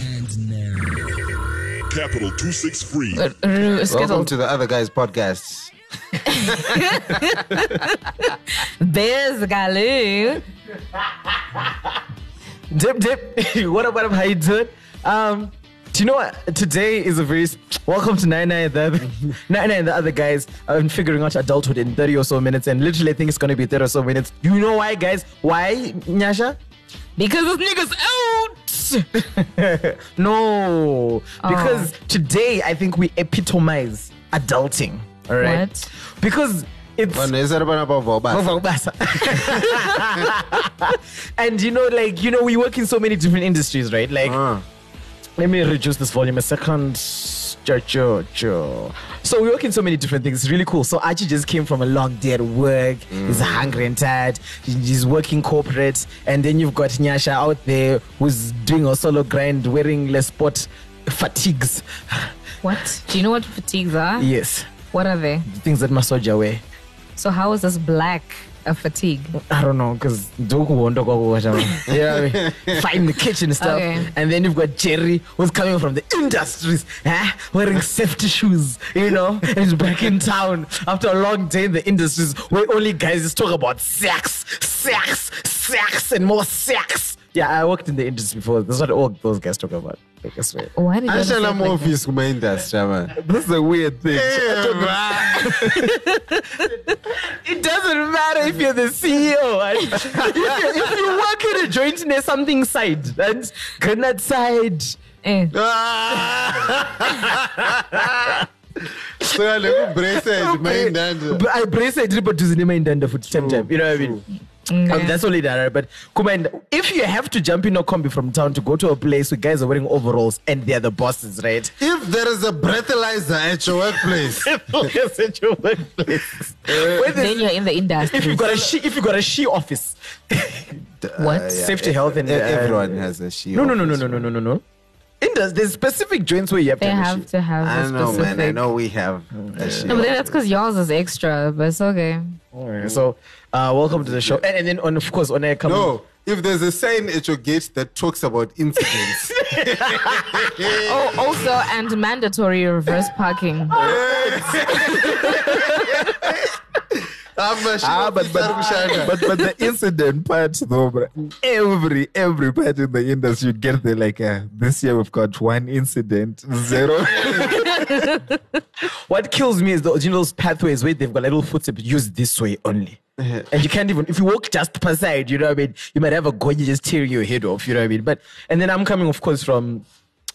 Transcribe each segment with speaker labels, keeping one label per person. Speaker 1: And now.
Speaker 2: Capital 263.
Speaker 3: Ru-
Speaker 4: Welcome
Speaker 3: Skittle,
Speaker 4: to the other guys' podcast.
Speaker 3: there's Galoo.
Speaker 5: Dip, dip. what up, what up? How you doing? Um, do you know what? Today is a very s- welcome to Nine Nine the other, Nine Nine and the other guys. I'm figuring out adulthood in 30 or so minutes, and literally I think it's gonna be 30 or so minutes. You know why, guys? Why, Nyasha?
Speaker 3: Because this nigga's out.
Speaker 5: no, because
Speaker 3: Oh.
Speaker 5: today I think we epitomize adulting. All right,
Speaker 3: What?
Speaker 5: because it's
Speaker 4: Vanhu yese ari panapa vobasa.
Speaker 5: and you know, like you know, we work in so many different industries, right? Like.
Speaker 4: Ah.
Speaker 5: Let me reduce this volume a second. Jo, jo, jo. So we work in so many different things. It's really cool. So Archie just came from a long day at work. He's hungry and tired. He- He's working corporate. And then you've got Nyasha out there who's doing a solo grind wearing less sport fatigues.
Speaker 3: What? Do you know what fatigues are?
Speaker 5: Yes.
Speaker 3: What are they?
Speaker 5: The things that massage away.
Speaker 3: So how is this black a fatigue?
Speaker 5: I don't know, because yeah, I mean, fighting the kitchen and stuff.
Speaker 3: Okay.
Speaker 5: And then you've got Jerry who's coming from the industries, huh? wearing safety shoes, you know, and he's back in town after a long day in the industries where only guys just talk about sex, sex, sex, and more sex. Yeah, I worked in the industry before. That's what all those guys talk about. Like, I swear.
Speaker 3: Why did you
Speaker 4: Asha
Speaker 3: understand like that?
Speaker 4: lamaofisi kumaindastry man. This is a weird thing.
Speaker 5: It doesn't matter if you're the CEO. and if, you, if you work in a joint, there's something side. That's granite side.
Speaker 3: Eh.
Speaker 4: Oh, Saka nekubraces maindanda.
Speaker 5: But I brace it, but to cinema in Danda for time time. You know what I mean?
Speaker 3: Okay.
Speaker 5: Um, that's only that, right? But Kumand, if you have to jump in a combi from town to go to a place where guys are wearing overalls and they're the bosses, right?
Speaker 4: If there is a breathalyzer at your workplace,
Speaker 5: Yes, at your workplace. Where
Speaker 3: then
Speaker 5: there's-
Speaker 3: you're in the
Speaker 5: if
Speaker 3: industry.
Speaker 5: you got a she, if you got a she office,
Speaker 3: what?
Speaker 4: yeah.
Speaker 5: safety, health, and
Speaker 4: e- everyone has a she.
Speaker 5: No, no, no, no,
Speaker 4: office,
Speaker 5: no, no,
Speaker 4: man.
Speaker 5: no, no, no. In the, there's specific joints where you have
Speaker 3: They
Speaker 5: to have, a
Speaker 3: have
Speaker 5: she.
Speaker 3: to have.
Speaker 4: I
Speaker 3: a
Speaker 4: don't know, man. I
Speaker 3: specific-
Speaker 4: know we have a she.
Speaker 3: No, but then
Speaker 4: office.
Speaker 3: that's because yours is extra, but it's okay.
Speaker 5: Alright, So, uh, welcome to the show. And, and then, on, of course, on air, come
Speaker 4: No, if there's a sign at your gate that talks about incidents,
Speaker 3: Oh, also, and mandatory reverse parking.
Speaker 4: I'm a she
Speaker 6: Ah, but
Speaker 4: office
Speaker 6: but,
Speaker 4: Arumshaka.
Speaker 6: but but the incident part though, bro, every every part in the industry you get there like uh, this year we've got one incident, zero.
Speaker 5: What kills me is the, you know, those pathways where they've got little footsteps used this way only.
Speaker 6: Uh-huh.
Speaker 5: And you can't even, if you walk just per side, you know what I mean? You might have a goy just tearing your head off, you know what I mean? But, and then I'm coming, of course, from,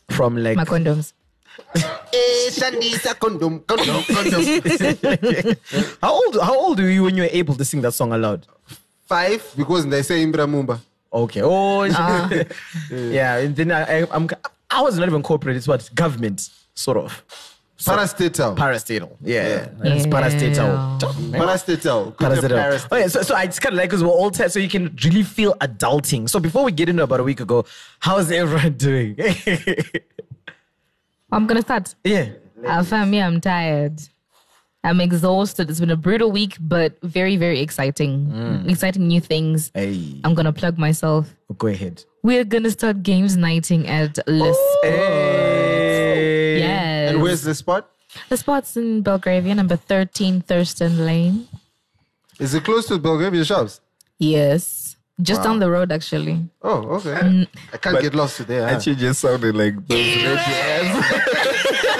Speaker 5: from like,
Speaker 3: My condoms.
Speaker 4: Eh, shandisa condom, condom, condom.
Speaker 5: how old, how old were you when you were able to sing that song aloud?
Speaker 4: Five, because they say Imbra Mumba.
Speaker 5: Okay. Oh,
Speaker 3: Ah.
Speaker 5: yeah. And then I, I, I'm, I was not even corporate. It's what government, sort of.
Speaker 4: Parastatal.
Speaker 5: Parastatal. Yeah. yeah. It's
Speaker 3: Yeah.
Speaker 5: parastatal.
Speaker 4: Parastatal. Good
Speaker 5: Parastatal.
Speaker 4: Parast-
Speaker 5: Oh, yeah, so, so I just kind of like because we're all tired, so you can really feel adulting. So before we get into about a week ago, how's everyone doing?
Speaker 3: I'm gonna start.
Speaker 5: yeah.
Speaker 3: Uh, family, I'm tired. I'm exhausted. It's been a brutal week, but very, very exciting.
Speaker 4: Mm.
Speaker 3: Exciting new things.
Speaker 5: Hey,
Speaker 3: I'm gonna plug myself.
Speaker 5: Oh, go ahead.
Speaker 3: We're gonna start games nighting at Lisp.
Speaker 6: Oh.
Speaker 5: Hey.
Speaker 3: Yes.
Speaker 4: Oh, And where's the spot?
Speaker 3: The spot's in Belgravia, number 13 Thurston Lane.
Speaker 4: Is it close to Belgravia shops?
Speaker 3: Yes. Just down the road, actually.
Speaker 4: Oh, okay. I can't get lost today. Huh?
Speaker 6: and she just sounded like those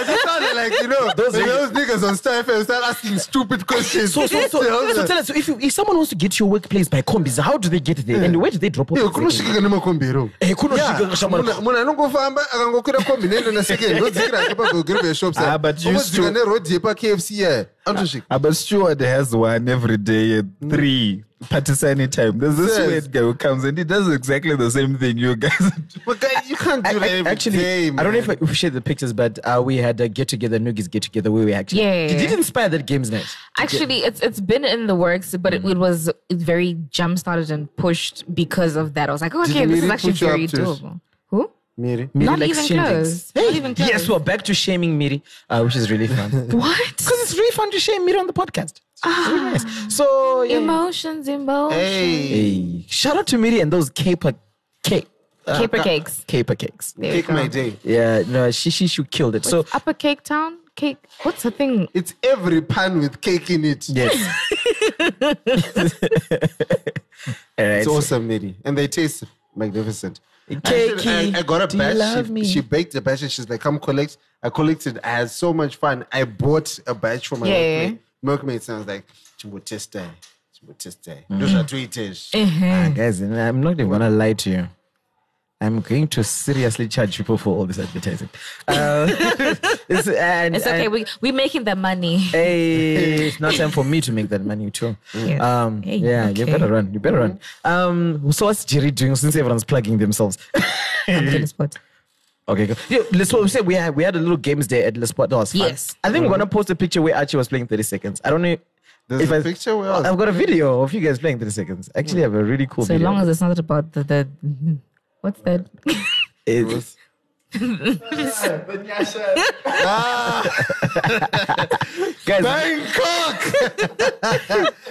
Speaker 4: It sounded like, you know, those, those niggas on Star FM start asking stupid questions.
Speaker 5: So, so, so,
Speaker 4: Tell
Speaker 5: so
Speaker 4: them.
Speaker 5: tell us if, you, if someone wants to get to your workplace by combis, how do they get there? And where do they drop off?
Speaker 4: Yo,
Speaker 5: exactly?
Speaker 4: kunosvikika nemakombero
Speaker 5: Eh, kunosvika shamwari.
Speaker 4: munhu anongofamba akangokwira kombi nende nasekend odzikira hake pagogiribhe shops
Speaker 6: Ah, but you used to-
Speaker 4: obodzika nerodi yepakfc yaya anotosvika
Speaker 6: Ah, but Stuart has one every day at
Speaker 5: Mm.
Speaker 6: three partisani time. There's this
Speaker 4: Yes.
Speaker 6: weird guy who comes and he does exactly the same thing you guys are doing.
Speaker 4: But guy, you can't do that
Speaker 5: I-
Speaker 4: every
Speaker 5: actually,
Speaker 4: day,
Speaker 5: I don't know if
Speaker 4: man.
Speaker 5: I- we shared the pictures, but uh, we had a get together, Noogies get together, where we actually.
Speaker 3: Yeah.
Speaker 5: It did inspire that games night.
Speaker 3: Actually, it's it's been in the works, but it, it was very jump started and pushed because of that. I was like, oh,
Speaker 4: Did
Speaker 3: okay,
Speaker 4: you
Speaker 3: this is
Speaker 4: really
Speaker 3: actually
Speaker 4: put you up
Speaker 3: very
Speaker 4: to it?
Speaker 3: doable. Who?
Speaker 4: Miri.
Speaker 3: Not
Speaker 5: Miri
Speaker 3: even
Speaker 5: likes shaming.
Speaker 3: close. Not even close.
Speaker 5: Yes, we're back to shaming Miri, uh, which is really fun. Because
Speaker 3: What?
Speaker 5: it's really fun to shame Miri on the podcast. It's
Speaker 3: Ah.
Speaker 5: really nice. So, yeah.
Speaker 3: Emotions, emotions.
Speaker 4: Hey.
Speaker 5: Hey, shout out to Miri and those K-pop, K,
Speaker 3: Caper cakes.
Speaker 5: Caper cakes.
Speaker 3: There we
Speaker 4: Take
Speaker 3: go.
Speaker 4: my day.
Speaker 5: Yeah, no, she she she killed it. So
Speaker 3: Upper Cape Town cake. What's the thing?
Speaker 4: It's every pan with cake in it.
Speaker 5: yes. All right.
Speaker 4: It's awesome, Neri. And they taste magnificent. I,
Speaker 5: Cakey,
Speaker 4: should- I- I got a
Speaker 5: do you
Speaker 4: batch.
Speaker 5: love
Speaker 4: she,
Speaker 5: me?
Speaker 4: she baked a batch and she's like, come collect. I collected. I had so much fun. I bought a batch for my
Speaker 3: Yeah.
Speaker 4: milkmaid. Milkmaid sounds like chimbotesta. Chimbotesta. Those
Speaker 5: Mm.
Speaker 4: are three tears.
Speaker 5: Ah,
Speaker 3: Mm.
Speaker 5: guys, and I'm not even gonna lie to you. I'm going to seriously charge people for all this advertising. Uh, it's, and,
Speaker 3: It's okay.
Speaker 5: and-
Speaker 3: we we're making the money.
Speaker 5: Hey, it's not time for me to make that money too. Um,
Speaker 3: Hey,
Speaker 5: yeah, you
Speaker 3: okay.
Speaker 5: better run. You better run. Um, so what's Jerry doing since everyone's plugging themselves?
Speaker 3: I'm gonna spot.
Speaker 5: Okay, cool. Yeah, let's what we said we had we had a little games day at Les Sport. That was fun.
Speaker 3: Yes.
Speaker 5: I think we're gonna post a picture where Archie was playing 30 seconds. I don't know.
Speaker 4: Mm-hmm. There's
Speaker 5: if
Speaker 4: a
Speaker 5: I-
Speaker 4: picture where I was-
Speaker 5: I've got a video of you guys playing 30 seconds. I Actually, have a really cool
Speaker 3: So
Speaker 5: video.
Speaker 3: long as it's not about the, the what's that?
Speaker 5: It's- guys,
Speaker 4: Bangkok!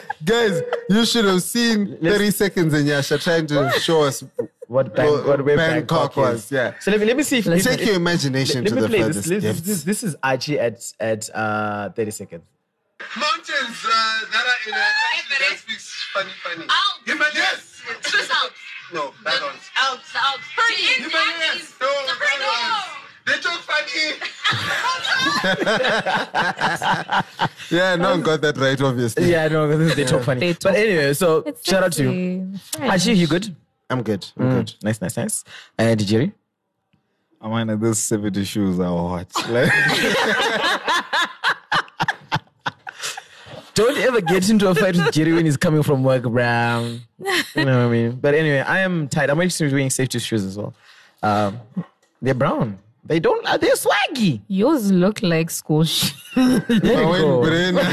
Speaker 4: Guys, you should have seen 30 seconds in Yasha trying to show us.
Speaker 5: what, bang,
Speaker 4: Well,
Speaker 5: what way
Speaker 4: Bangkok
Speaker 5: Bangkok,
Speaker 4: was,
Speaker 5: is.
Speaker 4: yeah.
Speaker 5: So let me let me see if, if-
Speaker 4: Take your imagination
Speaker 5: let
Speaker 4: to
Speaker 5: me
Speaker 4: the
Speaker 5: play this.
Speaker 4: furthest
Speaker 5: This,
Speaker 4: depths.
Speaker 5: this. this is Archie at at uh 30 seconds.
Speaker 1: mountains uh, that are in a country that speaks funny, funny.
Speaker 7: Alps.
Speaker 1: Himalayas.
Speaker 7: Swiss Alps.
Speaker 1: No,
Speaker 7: The
Speaker 1: that one's.
Speaker 7: Alps, the Alps. Pretty.
Speaker 1: Himalayas. No, that one's. They talk funny.
Speaker 4: Yeah, no one got that right, obviously.
Speaker 5: Yeah, no, this is they talk funny.
Speaker 3: They
Speaker 5: But
Speaker 3: talk-
Speaker 5: anyway, so shout out to you. Archie, you good?
Speaker 4: I'm good. I'm good.
Speaker 5: Nice, nice, nice. And Jerry?
Speaker 6: I mean, those 70 shoes are hot. Like,
Speaker 5: Don't ever get into a fight with Jerry when he's coming from work, Brown. You know what I mean? But anyway, I am tired. I'm actually wearing safety shoes as well. Um, they're brown. They don't. Uh, they're swaggy.
Speaker 3: Yours look like school shoes.
Speaker 5: There you
Speaker 4: Wayne
Speaker 5: go.
Speaker 4: Brenner.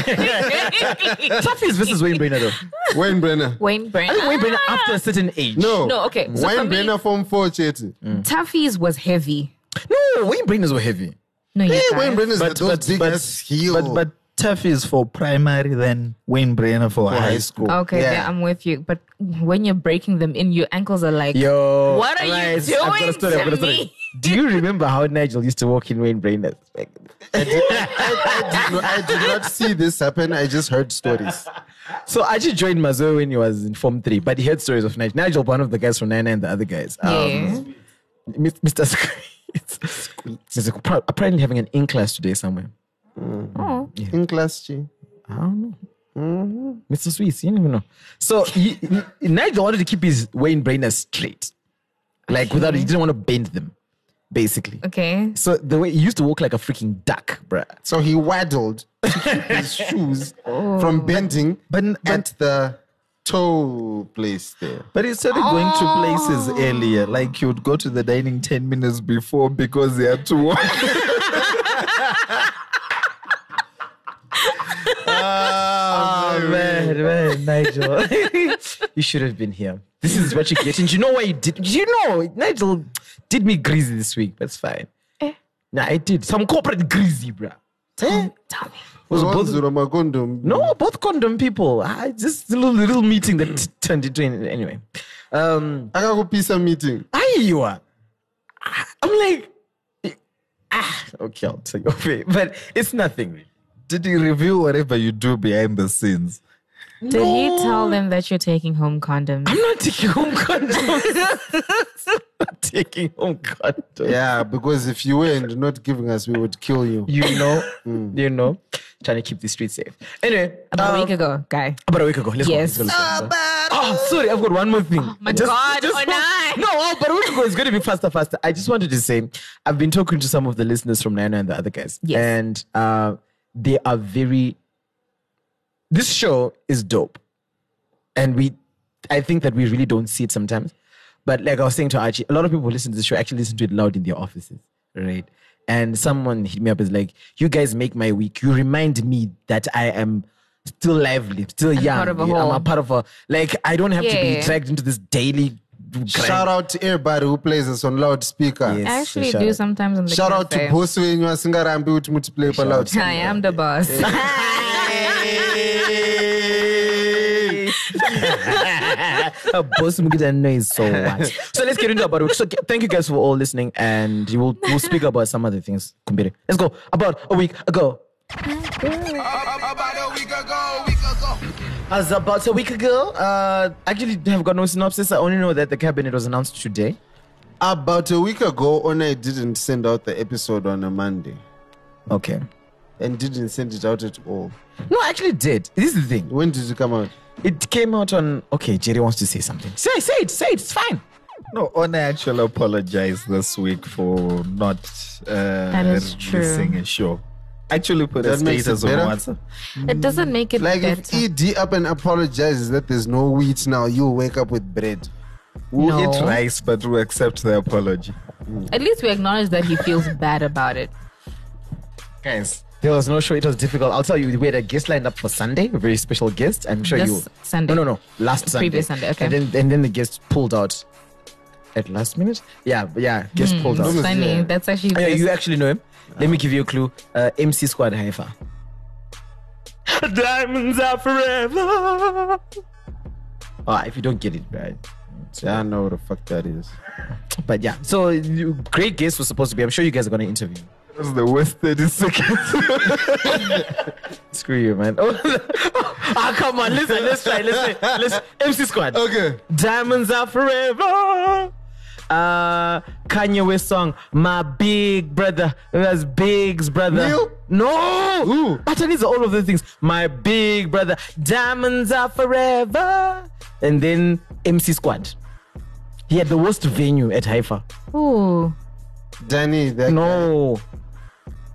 Speaker 5: Toughies versus Wayne Brainer though.
Speaker 4: Wayne Brenner.
Speaker 3: Wayne Brand.
Speaker 5: I think Wayne Brainer after a certain age.
Speaker 4: No.
Speaker 3: No, okay. So for
Speaker 4: Wayne
Speaker 3: me-
Speaker 4: Brenner from 480.
Speaker 3: Tuffy's was heavy.
Speaker 5: no, Wayne Brainers were heavy.
Speaker 3: No, you
Speaker 4: Yeah,
Speaker 3: guys.
Speaker 4: Wayne Brenner's
Speaker 5: But
Speaker 4: those
Speaker 5: but
Speaker 4: big
Speaker 5: but,
Speaker 4: ass heel.
Speaker 5: but but
Speaker 6: tough is for primary, then Wayne Brainer for high school.
Speaker 3: Okay, yeah. I'm with you. But when you're breaking them in, your ankles are like,
Speaker 5: yo.
Speaker 3: what are
Speaker 5: guys,
Speaker 3: you doing
Speaker 5: I've got a story, I've
Speaker 3: to
Speaker 5: got a story.
Speaker 3: me?
Speaker 5: Do you remember how Nigel used to walk in Wayne Brainers?
Speaker 4: I, did, I did not see this happen. I just heard stories.
Speaker 5: So I just joined Mazo when he was in Form 3, but he heard stories of Nigel. Nigel, one of the guys from Nana and the other guys. Um,
Speaker 3: Yeah.
Speaker 5: Mi- Mr. Squeeze. He's like, "Appar- apparently having an in class today somewhere.
Speaker 3: Oh,
Speaker 4: In class G.
Speaker 5: I don't know. Mr. Sweets, you never know. So he, he- Nigel wanted to keep his Wayne brainers straight. Like without, he didn't want to bend them, basically.
Speaker 3: okay.
Speaker 5: So the way he used to walk like a freaking duck, bruh.
Speaker 4: So he waddled to keep his shoes
Speaker 5: Oh.
Speaker 4: from bending
Speaker 6: But, but,
Speaker 4: at the toe place there.
Speaker 6: but instead of going to places earlier, like you would go to the dining 10 minutes before because they had to walk.
Speaker 4: Um,
Speaker 5: Oh man, man, Nigel, you should have been here. This is what you get. And you know why you did? You know, Nigel did me greasy this week. That's fine. Nah, I did some corporate greasy, bruh. Eh?
Speaker 3: Tell me.
Speaker 5: Was both-
Speaker 4: Onzuro Magondo.
Speaker 5: no, both condom people. I just a little, little meeting that t- turned into an- anyway. Um,
Speaker 4: I got a piece of meeting.
Speaker 5: I you are. I- I'm like, ah, okay, I'll tell you. Okay, but it's nothing.
Speaker 6: Did you review whatever you do behind the scenes?
Speaker 3: Did he tell them that you're taking home condoms?
Speaker 5: I'm not taking home condoms. not taking home condoms.
Speaker 4: Yeah, because if you were and not giving us, we would kill you.
Speaker 5: You know, you know, trying to keep the streets safe. Anyway,
Speaker 3: About a week
Speaker 5: um,
Speaker 3: ago, guy.
Speaker 5: About a week ago. Let's
Speaker 3: Yes.
Speaker 5: go. Let's go, let's go, let's go. Oh, sorry, I've got one more thing.
Speaker 3: my God, oh,
Speaker 5: no. No, oh, but a week ago it's going to be faster, faster. I just wanted to say, I've been talking to some of the listeners from Nana and the other guys,
Speaker 3: Yes.
Speaker 5: and uh, they are very. This show is dope, and we, I think that we really don't see it sometimes. But like I was saying to Archie, a lot of people who listen to this show actually listen to it loud in their offices, right? And someone hit me up is like, "You guys make my week. You remind me that I am." Still lively, still young.
Speaker 3: part of a
Speaker 5: I'm
Speaker 3: whole.
Speaker 5: a part of a like. I don't have to be
Speaker 3: Yeah.
Speaker 5: dragged into this daily.
Speaker 4: Shout out to everybody who plays us on loudspeaker.
Speaker 5: Yes.
Speaker 3: I actually
Speaker 5: shout
Speaker 3: do
Speaker 5: out.
Speaker 3: sometimes on the
Speaker 4: Shout out to
Speaker 3: cafe.
Speaker 4: Boss Wenyu asingarambi kuti mutiplay
Speaker 3: I
Speaker 4: palaudspeaker.
Speaker 3: am the boss.
Speaker 5: out. A boss mugida noise. So what? So let's get into about week. So g- thank you guys for all listening, and you will we'll speak about some other things. Kumbiri. Let's go. About a week ago. As about a week ago, uh, actually have got no synopsis. I only know that the cabinet was announced today.
Speaker 4: About a week ago, Ona didn't send out the episode on a Monday
Speaker 5: Okay.
Speaker 4: and didn't send it out at all.
Speaker 5: No, I actually did. This is the thing.
Speaker 4: When did it come out?
Speaker 5: It came out on. Okay, Jerry wants to say something. Say, say it, say it. It's fine.
Speaker 6: No, Ona actually apologized this week for not uh,
Speaker 3: That is true.
Speaker 6: releasing a show. Actually, put a
Speaker 4: That makes it
Speaker 6: status on
Speaker 4: better.
Speaker 6: WhatsApp.
Speaker 3: It doesn't make it
Speaker 4: Like if
Speaker 3: better.
Speaker 4: ED up and apologizes that there's no wheat now, you'll wake up with bread.
Speaker 6: We'll
Speaker 3: No.
Speaker 6: eat rice, but we accept the apology.
Speaker 3: At least we acknowledge that he feels bad about it.
Speaker 5: Guys, there was no show. It was difficult. I'll tell you, we had a guest lined up for Sunday, a very special guest. I'm sure
Speaker 3: This
Speaker 5: you.
Speaker 3: Sunday?
Speaker 5: No, no, no. Last Sunday.
Speaker 3: Previous Sunday, okay.
Speaker 5: And then, and then the guest pulled out at last minute. Yeah, yeah, guest pulled out.
Speaker 3: It's funny.
Speaker 4: yeah.
Speaker 3: That's actually.
Speaker 5: Yeah,
Speaker 3: best.
Speaker 5: you actually know him. Let me give you a clue. Uh, MC Squad Haifa. Diamonds are forever. Ah, if you don't get it, right?
Speaker 4: Yeah, I know what the fuck that is.
Speaker 5: But yeah, so you- great guest was supposed to be. I'm sure you guys are gonna interview. him.
Speaker 6: That's the worst 30 seconds.
Speaker 5: Screw you, man. ah, come on, listen, let's try, let's try, let's MC Squad.
Speaker 4: Okay.
Speaker 5: Diamonds are forever. Uh, Kanye West song, my big brother. That's Big's brother.
Speaker 4: Neil?
Speaker 5: No.
Speaker 4: Who?
Speaker 5: But it is all of the things. My big brother. Diamonds are forever. And then MC Squad. He had the worst venue at Haifa.
Speaker 3: Ooh.
Speaker 4: Danny, that
Speaker 5: No.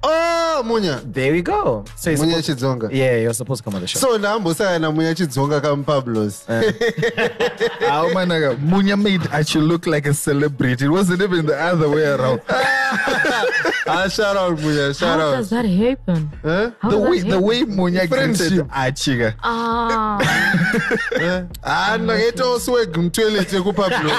Speaker 4: Oh, Munya.
Speaker 5: There we go. So he's
Speaker 4: Munya
Speaker 5: supposed-
Speaker 4: Chidzonga.
Speaker 5: yeah, you're supposed to come on the show.
Speaker 4: So ndahambosana namunya chidzonga kampablos
Speaker 6: Eh. oh my God. Munya made actually look like a celebrity. It wasn't even the other way around.
Speaker 4: ah shout out munya shout
Speaker 3: How
Speaker 4: out
Speaker 3: does that happen?
Speaker 4: Huh?
Speaker 3: How
Speaker 6: the
Speaker 3: does
Speaker 6: way
Speaker 3: that
Speaker 6: the
Speaker 3: happen?
Speaker 6: way Munya greeted
Speaker 4: Friendship. Eh?
Speaker 6: Achiga.
Speaker 3: Ah.
Speaker 4: Ah,
Speaker 6: Mm.
Speaker 4: handlakaita osweg mtoilet ekupablos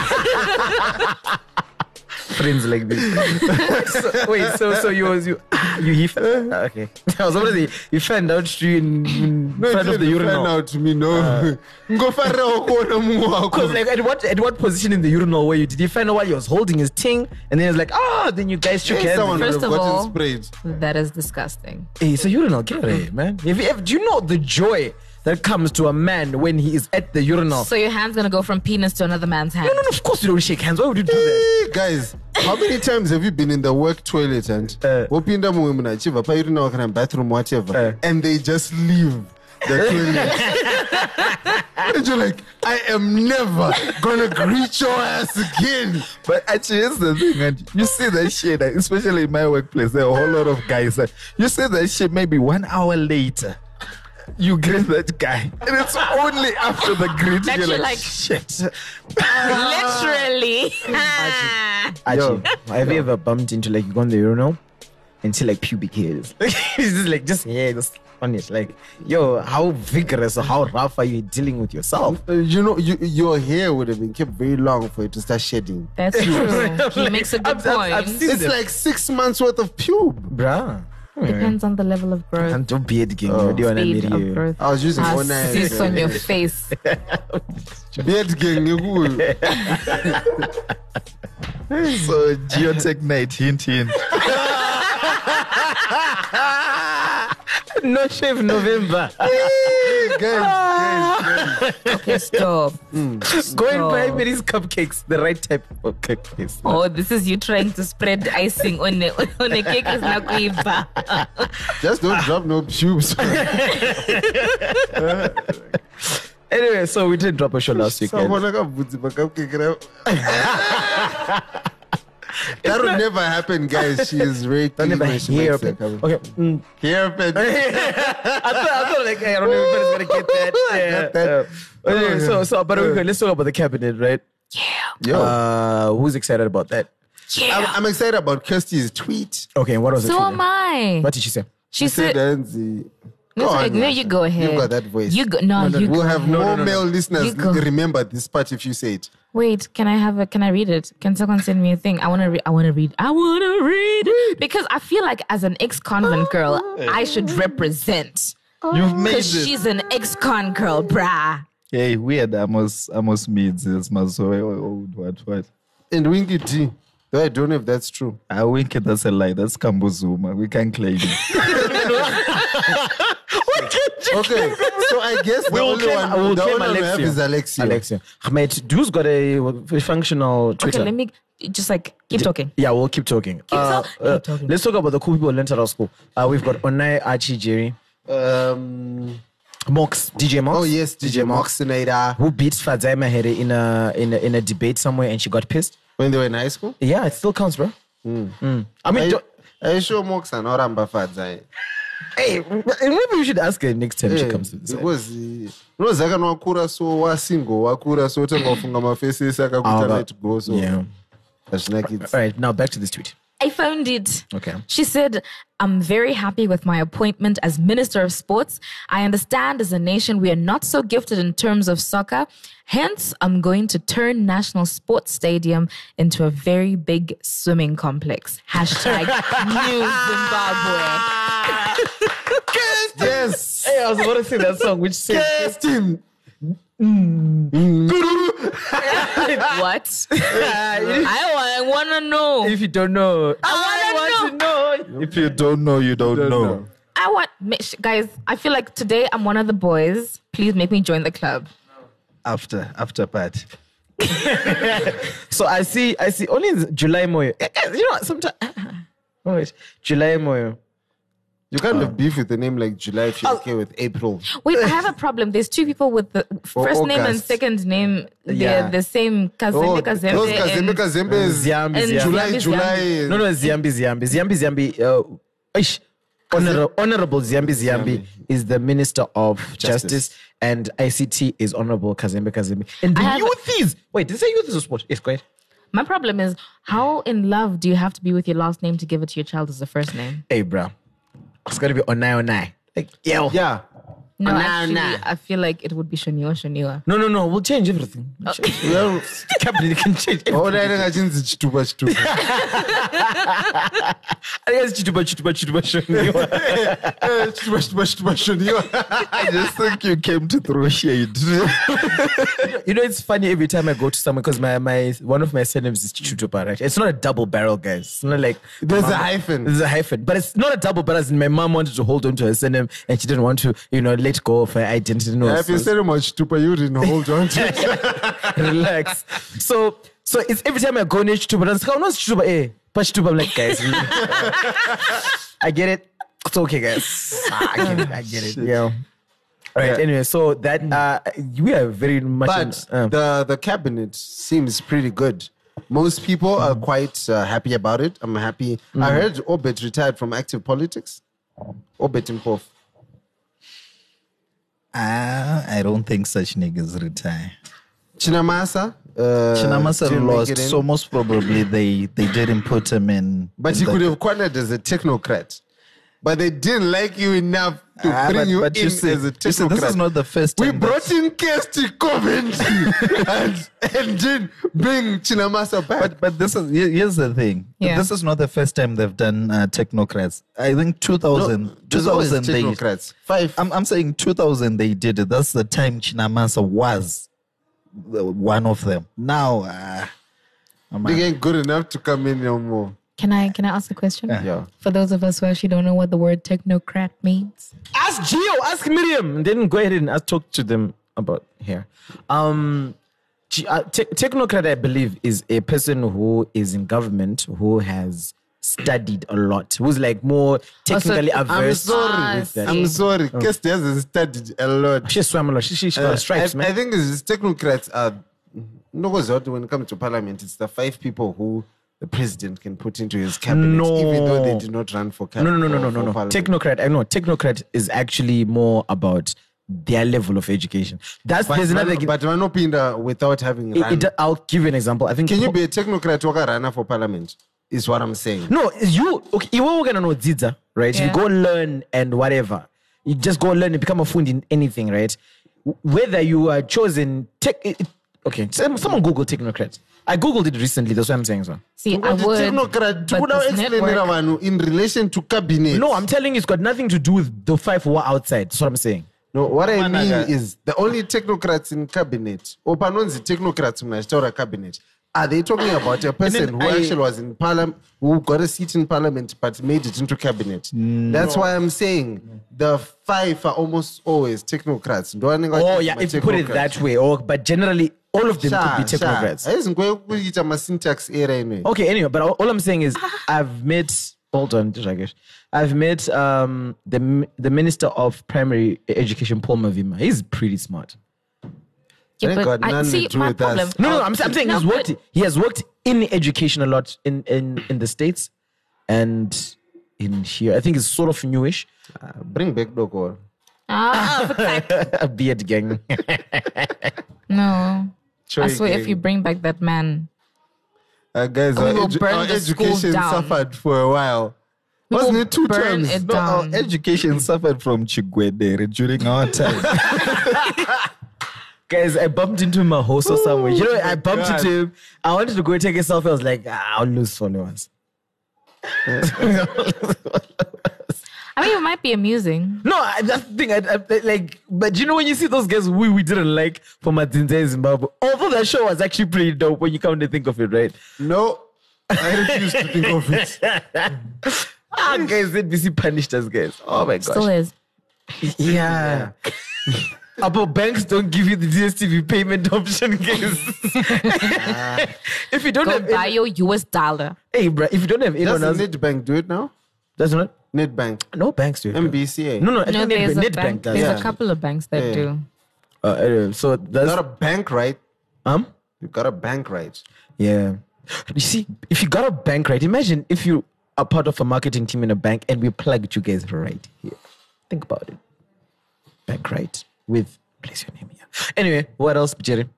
Speaker 5: friends like this. so, wait, so so you was you ah, you he fell- ah,
Speaker 4: Uh.
Speaker 5: okay. I was already you found out you in, in front of the urinal.
Speaker 6: Uh.
Speaker 4: ngofarirawo kuona mumwe wako
Speaker 5: Because like at what at what position in the urinal were you? Did you find out while he was holding his thing? And then it's like, oh, then you guys shook
Speaker 4: Hey,
Speaker 5: hands.
Speaker 4: someone
Speaker 3: First
Speaker 4: would have
Speaker 3: of
Speaker 4: gotten
Speaker 3: all-
Speaker 4: sprayed.
Speaker 3: that is disgusting.
Speaker 6: Eh,
Speaker 5: Hey, it's a urinal. Get out of
Speaker 4: Mm.
Speaker 5: here, man. If, if do you know the joy that comes to a man when he is at the urinal?
Speaker 3: So your hand's gonna go from penis to another man's hand.
Speaker 5: Oh. no, no, no, of course you don't shake hands. Why would you do that?
Speaker 4: Eh, guys how many times have you been in the work toilet and
Speaker 5: Eh.
Speaker 4: wopinda mumwe munhu achibva paurinawo kana bathroom whatever
Speaker 5: Eh.
Speaker 4: and they just leave the toilet and Eh, you're like i am never gonna greet your ass again
Speaker 6: But actually, here's the thing, and you see that shit, like, especially in my workplace. There are a whole lot of guys. That, you see that shit maybe one hour later. You greet that guy, and it's only after the greeting
Speaker 3: That
Speaker 6: you're
Speaker 3: you're like,
Speaker 6: like, shit.
Speaker 3: Literally.
Speaker 5: Actually, have you ever bumped into like you go in the urinal and see like pubic hairs? it's just like just yeah, just on it. Like, yo, how vigorous or how rough are you dealing with yourself?
Speaker 4: Uh, you know you, your hair would have been kept very long for it to start shedding
Speaker 3: That's true. He
Speaker 5: Like,
Speaker 3: makes a good
Speaker 5: I've- I've-
Speaker 3: point.
Speaker 5: I've seen-
Speaker 4: it's like six months worth of pube
Speaker 5: Bruh.
Speaker 3: Depends on the level of growth.
Speaker 5: And don't be it game. Oh, do you wanna
Speaker 3: Speed
Speaker 5: meet
Speaker 3: of
Speaker 5: you?
Speaker 3: growth.
Speaker 4: i was using
Speaker 3: Ah,
Speaker 4: one
Speaker 3: cysts on your
Speaker 4: night
Speaker 3: face.
Speaker 4: beard gang yekuyo
Speaker 6: So, Geotech night, hint, hint.
Speaker 5: No shave November.
Speaker 4: guys,
Speaker 3: Okay, stop.
Speaker 5: go and buy
Speaker 3: Oh.
Speaker 5: me these cupcakes, the right type of cupcakes.
Speaker 3: Oh, this is you trying to spread icing on a, on a cake is not kuiva.
Speaker 4: just don't drop no pubes
Speaker 5: Anyway, so we did drop a show last weekend.
Speaker 4: Someone akabvudzi pakamukekera. that would never happen guys she is very
Speaker 5: Don't
Speaker 4: clean
Speaker 5: ever
Speaker 4: when she
Speaker 5: hear.
Speaker 4: makes
Speaker 5: Okay.
Speaker 4: that
Speaker 5: mm.
Speaker 4: hairpin
Speaker 5: I thought, I thought like, hey, I don't know if anybody's gonna get that. Yeah.
Speaker 4: that.
Speaker 5: Uh, anyway, so, so, but okay, let's talk about the cabinet, right?
Speaker 4: Yo,
Speaker 5: Uh, who's excited about that?
Speaker 4: I'm, I'm excited about Kirsty's tweet
Speaker 5: Okay, what was it?
Speaker 3: So am I.
Speaker 5: What did she say?
Speaker 3: she
Speaker 4: Said
Speaker 3: said,
Speaker 4: Anzi, go
Speaker 3: That's
Speaker 4: on,
Speaker 3: right. no, you go ahead.
Speaker 4: You got that voice.
Speaker 3: You go, no, you
Speaker 4: We'll
Speaker 3: go
Speaker 4: have
Speaker 3: ahead.
Speaker 4: more male
Speaker 3: You
Speaker 4: listeners
Speaker 3: go.
Speaker 4: remember this part if you say it.
Speaker 3: Wait, can I have a? Can I read it? Can someone send me a thing? I want to. Re- I want to read. I want to read because I feel like as an ex-convent girl, I should represent
Speaker 6: You've made
Speaker 3: Oh, because
Speaker 6: it.
Speaker 3: she's an ex-con girl, brah.
Speaker 6: Hey, weird Amos Amos Meads is my so old oh, what what.
Speaker 4: And Winky T. Though I don't know if that's true.
Speaker 6: I wink it, Ah, that's a lie. That's Kambuzuma. We can claim it.
Speaker 4: Okay, so I guess the
Speaker 5: will
Speaker 4: only
Speaker 5: claim-
Speaker 4: one
Speaker 5: I will
Speaker 4: the
Speaker 5: claim
Speaker 4: only one we have
Speaker 5: Alexia.
Speaker 4: is Alexia.
Speaker 5: Alexia. Mate, Drew's got a a functional Twitter.
Speaker 3: Okay, let me just like keep talking.
Speaker 5: Yeah, we'll keep talking. Uh,
Speaker 3: talk-
Speaker 5: uh,
Speaker 3: keep talking.
Speaker 5: Let's talk about the cool people at Lental School. Uh, we've got Onai, Archie, Jerry,
Speaker 4: Um,
Speaker 5: Mox, DJ Mox.
Speaker 4: oh yes, DJ Moxinator.
Speaker 5: Who beat Fadzai Mahere in a, in a in a debate somewhere and she got pissed?
Speaker 4: When they were in high school.
Speaker 5: Yeah, it still counts, bro.
Speaker 4: Hmm.
Speaker 5: Mm. I mean,
Speaker 4: Are
Speaker 5: don't-
Speaker 4: you sure Mox and Oramba Fadzai?
Speaker 5: hey, maybe we should ask her next time she comes to this.
Speaker 4: because unoziva kana wakura so wasingo wakura so otanga wafunga mafesi ese akakuita
Speaker 5: Ava-
Speaker 4: light go so
Speaker 5: Ah, Yeah.
Speaker 4: hazvinakidzi
Speaker 5: All right, now back to this tweet.
Speaker 3: I found it.
Speaker 5: Okay.
Speaker 3: She said, I'm very happy with my appointment as Minister of Sports. I understand as a nation we are not so gifted in terms of soccer. Hence, I'm going to turn National Sports Stadium into a very big swimming complex. Hashtag New Zimbabwe.
Speaker 4: yes
Speaker 5: Hey, I was about to sing that song, which Mm. says
Speaker 4: Justin.
Speaker 3: What? I want to know.
Speaker 5: if you don't know,
Speaker 3: I wanna
Speaker 5: want to know.
Speaker 6: if you don't know, you don't, know.
Speaker 3: I want, Mish- guys, I feel like today I'm one of the boys. Please make me join the club.
Speaker 6: After after party.
Speaker 5: So I see, I see. Only in July Moyo. Eh, eh, You know, sometimes. Oh, wait. July Moyo.
Speaker 4: you can't
Speaker 5: Uh,
Speaker 4: have beef with a name like july if you're okay with april
Speaker 3: Wait, I have a problem. There's two people with the first name and
Speaker 4: August.
Speaker 3: second name. They're
Speaker 5: Yeah.
Speaker 3: the same.
Speaker 4: Oh,
Speaker 3: Kazembe, Kazembe. Eh,
Speaker 4: those kazembe
Speaker 3: and-
Speaker 4: kazembe is
Speaker 5: Ziambi,
Speaker 3: and
Speaker 5: Ziambi.
Speaker 4: july
Speaker 3: Ziambi,
Speaker 4: july
Speaker 3: Ziambi.
Speaker 5: No, no, Ziambi, Ziambi. Ziambi, Ziambi. Uh, ish. Honorable, Honorable Ziambi, Ziambi is the Minister of Justice, and ICT is Honorable Kazembe Kazembe. And the
Speaker 3: I have-
Speaker 5: youth is. Wait, did they say youth is a sport? Yes, go ahead.
Speaker 3: My problem is, how in love do you have to be with your last name to give it to your child as a first name?
Speaker 5: Hey, bro. It's going to be Onai Onai. Like, yo.
Speaker 4: yeah
Speaker 3: No,
Speaker 5: Nah,
Speaker 3: actually,
Speaker 5: nah.
Speaker 3: I feel like it would be Shoniwa Shoniwa.
Speaker 5: No, no, no. We'll change everything. We'll Oh, change. Cabinet can change everything.
Speaker 4: ona inenge achinzi chitupa chitupa
Speaker 5: I guess chituba, chituba, chituba, shoniwa.
Speaker 4: Eh, chitupa chitupa chitupa shoniwa
Speaker 6: I just think you came to throw shade.
Speaker 5: You know, it's funny every time I go to somewhere because my, my one of my surnames is Chutupa, right? It's not a double barrel, guys. It's not like
Speaker 4: There's
Speaker 5: Mama-
Speaker 4: a hyphen.
Speaker 5: There's a hyphen, but it's not a double barrel. As in my mom wanted to hold on to her surname and she didn't want to, you know, let go of her identity. No,
Speaker 4: Eh, if you
Speaker 5: so-
Speaker 4: said him chitupa you didn't hold on to it
Speaker 5: relax. So, so it's every time I go near Chutupa, I'm like, oh, no, it's Chutupa, eh? But Chutupa, I'm like, guys, really? I get it. It's okay, guys. Ah, I get it. I get it. Yeah. All right. Anyway, so that uh, we are very much.
Speaker 4: Mm.
Speaker 5: in-
Speaker 4: but
Speaker 5: uh,
Speaker 4: the the cabinet seems pretty good. Most people are quite uh, happy about it. I'm happy. I heard Obet retired from active politics. Obet Impof.
Speaker 6: Ah, I don't think such niggas retire.
Speaker 4: Chinamasa. Uh,
Speaker 6: Chinamasa
Speaker 4: didn't make
Speaker 6: lost,
Speaker 4: it in.
Speaker 6: so most probably they they didn't put him in.
Speaker 4: but
Speaker 6: in
Speaker 4: he
Speaker 6: the-
Speaker 4: could have qualified as a technocrat. But they didn't like you enough to
Speaker 6: Ah,
Speaker 4: bring
Speaker 6: but-
Speaker 4: you
Speaker 6: but
Speaker 4: in
Speaker 6: see-
Speaker 4: as a
Speaker 6: you see,
Speaker 4: technocrat.
Speaker 6: this is not the first time.
Speaker 4: we
Speaker 6: that-
Speaker 4: brought in Kirsty Coventry and, and didn't bring Chinamasa back.
Speaker 6: But but this is here- here's the thing.
Speaker 3: Yeah.
Speaker 6: This is not the first time they've done uh, technocrats. I think 2000,
Speaker 4: No, there's always
Speaker 6: 2000 they,
Speaker 4: technocrats. Five.
Speaker 6: I'm I'm saying 2000 they did it. That's the time Chinamasa was the- one of them. Now uh, I'm-
Speaker 4: they ain't good enough to come in no more.
Speaker 3: Can I can I ask a question?
Speaker 4: Yeah.
Speaker 3: For those of us who actually don't know what the word technocrat means,
Speaker 5: ask Geo, ask Miriam, and then go ahead and ask, talk to them about here. Um, G- uh, te- technocrat, I believe, is a person who is in government who has studied a lot, who's like more technically
Speaker 4: Oh, I'm
Speaker 5: averse.
Speaker 4: sorry.
Speaker 3: with that.
Speaker 4: I'm sorry. Kirsty has studied a lot.
Speaker 5: Oh. She swam a lot. She, she, she got stripes,
Speaker 4: I,
Speaker 5: man.
Speaker 4: I think it's just technocrats are no goes out when it comes to parliament. It's the five people who the president can put into his cabinet, even though they
Speaker 5: No.
Speaker 4: did not run for
Speaker 5: no,
Speaker 4: cabinet.
Speaker 5: no, no, no, no, no, no. Technocrat. I know. Technocrat is actually more about their level of education. That's
Speaker 4: But,
Speaker 5: there's another.
Speaker 4: man, but man opinda without having
Speaker 5: it-
Speaker 4: run.
Speaker 5: it- I'll give you an example. I think
Speaker 4: can you
Speaker 5: Po-
Speaker 4: be a technocrat who run for parliament? Is what I'm saying.
Speaker 5: No, you okay, you are gonna know Ziza, right? You
Speaker 3: Yeah.
Speaker 5: go learn and whatever. You just go learn and become a fund in anything, right? W- Whether you are chosen tech it- it- okay, some- someone Google technocrat. I googled it recently, that's what I'm saying. So.
Speaker 3: see, I
Speaker 4: What is
Speaker 3: would.
Speaker 4: technocrat
Speaker 3: but
Speaker 4: kuda
Speaker 3: this
Speaker 4: explainera
Speaker 3: network-
Speaker 4: vanhu in relation to cabinet.
Speaker 5: No, I'm telling you it's got nothing to do with the five who are outside. That's what I'm saying.
Speaker 4: No, what I mean
Speaker 6: Managa.
Speaker 4: is the only technocrats in cabinet, or panonzi technocrats mnashtaura cabinet, are they talking about a person who
Speaker 6: I-
Speaker 4: actually was in parliament, who got a seat in parliament but made it into cabinet?
Speaker 5: Mm.
Speaker 4: That's why I'm saying the five are almost always technocrats.
Speaker 5: Oh yeah, if you put it that way. Or but generally, all of them could be technocrats.
Speaker 4: aizingoyekuita masyntax era inoi
Speaker 5: Okay, anyway, but all, all I'm saying is I've met. Hold on, Rakesh. I've met um, the m- the minister of primary education, Paul Mavima. He's pretty smart.
Speaker 4: They
Speaker 3: Yeah,
Speaker 4: got
Speaker 3: but I
Speaker 4: none to
Speaker 3: see
Speaker 4: do
Speaker 3: my
Speaker 4: with us.
Speaker 3: problem.
Speaker 5: No, no, I'm, I'm saying
Speaker 3: No,
Speaker 5: he's worked.
Speaker 3: but-
Speaker 5: He has worked in education a lot in in in the states, and in here. I think it's sort of newish.
Speaker 4: bring back doko
Speaker 3: Ah, but like,
Speaker 5: A beard gang.
Speaker 3: no. I
Speaker 4: Sorry, eh.
Speaker 3: swear, if
Speaker 4: gang.
Speaker 3: you bring back that man,
Speaker 4: Uh, guys,
Speaker 3: We
Speaker 4: our,
Speaker 3: will
Speaker 4: edu-
Speaker 3: burn
Speaker 4: our
Speaker 3: the school
Speaker 4: education
Speaker 3: down.
Speaker 4: suffered for a while. Wasn't
Speaker 3: will
Speaker 4: it two
Speaker 3: burn
Speaker 4: terms?
Speaker 3: it
Speaker 6: No, our
Speaker 3: down.
Speaker 6: education suffered from Chigwedere during our time.
Speaker 5: Guys, I bumped into my host or somewhere. You know, I bumped
Speaker 6: God.
Speaker 5: into him. I wanted to go take a selfie. I was like, ah, I'll lose followers.
Speaker 3: I mean, it might be amusing.
Speaker 5: No, I, that thing, I, I, like, but you know, when you see those guys we, we didn't like from Madinze Zimbabwe, although that show was actually pretty dope when you come to think of it, right?
Speaker 4: No, I refuse to think of it.
Speaker 5: Ah, guys, NBC punished us, guys. Oh my
Speaker 3: Still
Speaker 5: gosh.
Speaker 3: is.
Speaker 5: Yeah. About banks don't give you the DSTV payment option, guys. if you don't
Speaker 3: Go
Speaker 5: have,
Speaker 3: Ah. buy your US dollar.
Speaker 5: hey, bro, if you don't have, anyone
Speaker 4: Does
Speaker 5: else,
Speaker 4: Nedbank do it now?
Speaker 5: that's not
Speaker 4: Nedbank,
Speaker 5: no banks do. it.
Speaker 4: MBCA.
Speaker 5: No, no, I
Speaker 3: No,
Speaker 5: think
Speaker 3: there's
Speaker 5: Nedbank,
Speaker 3: a
Speaker 5: Nedbank
Speaker 3: bank.
Speaker 5: does.
Speaker 3: There's
Speaker 4: Yeah.
Speaker 3: a couple of banks that
Speaker 4: Yeah.
Speaker 3: do.
Speaker 5: Uh, anyway, so that's
Speaker 4: you got a bank right.
Speaker 5: um,
Speaker 4: You got a bank right.
Speaker 5: yeah. You see, if you got a bank right, imagine if you are part of a marketing team in a bank and we plugged you guys right here. Think about it. Bank right with place your name here. Anyway, what else, Jerry?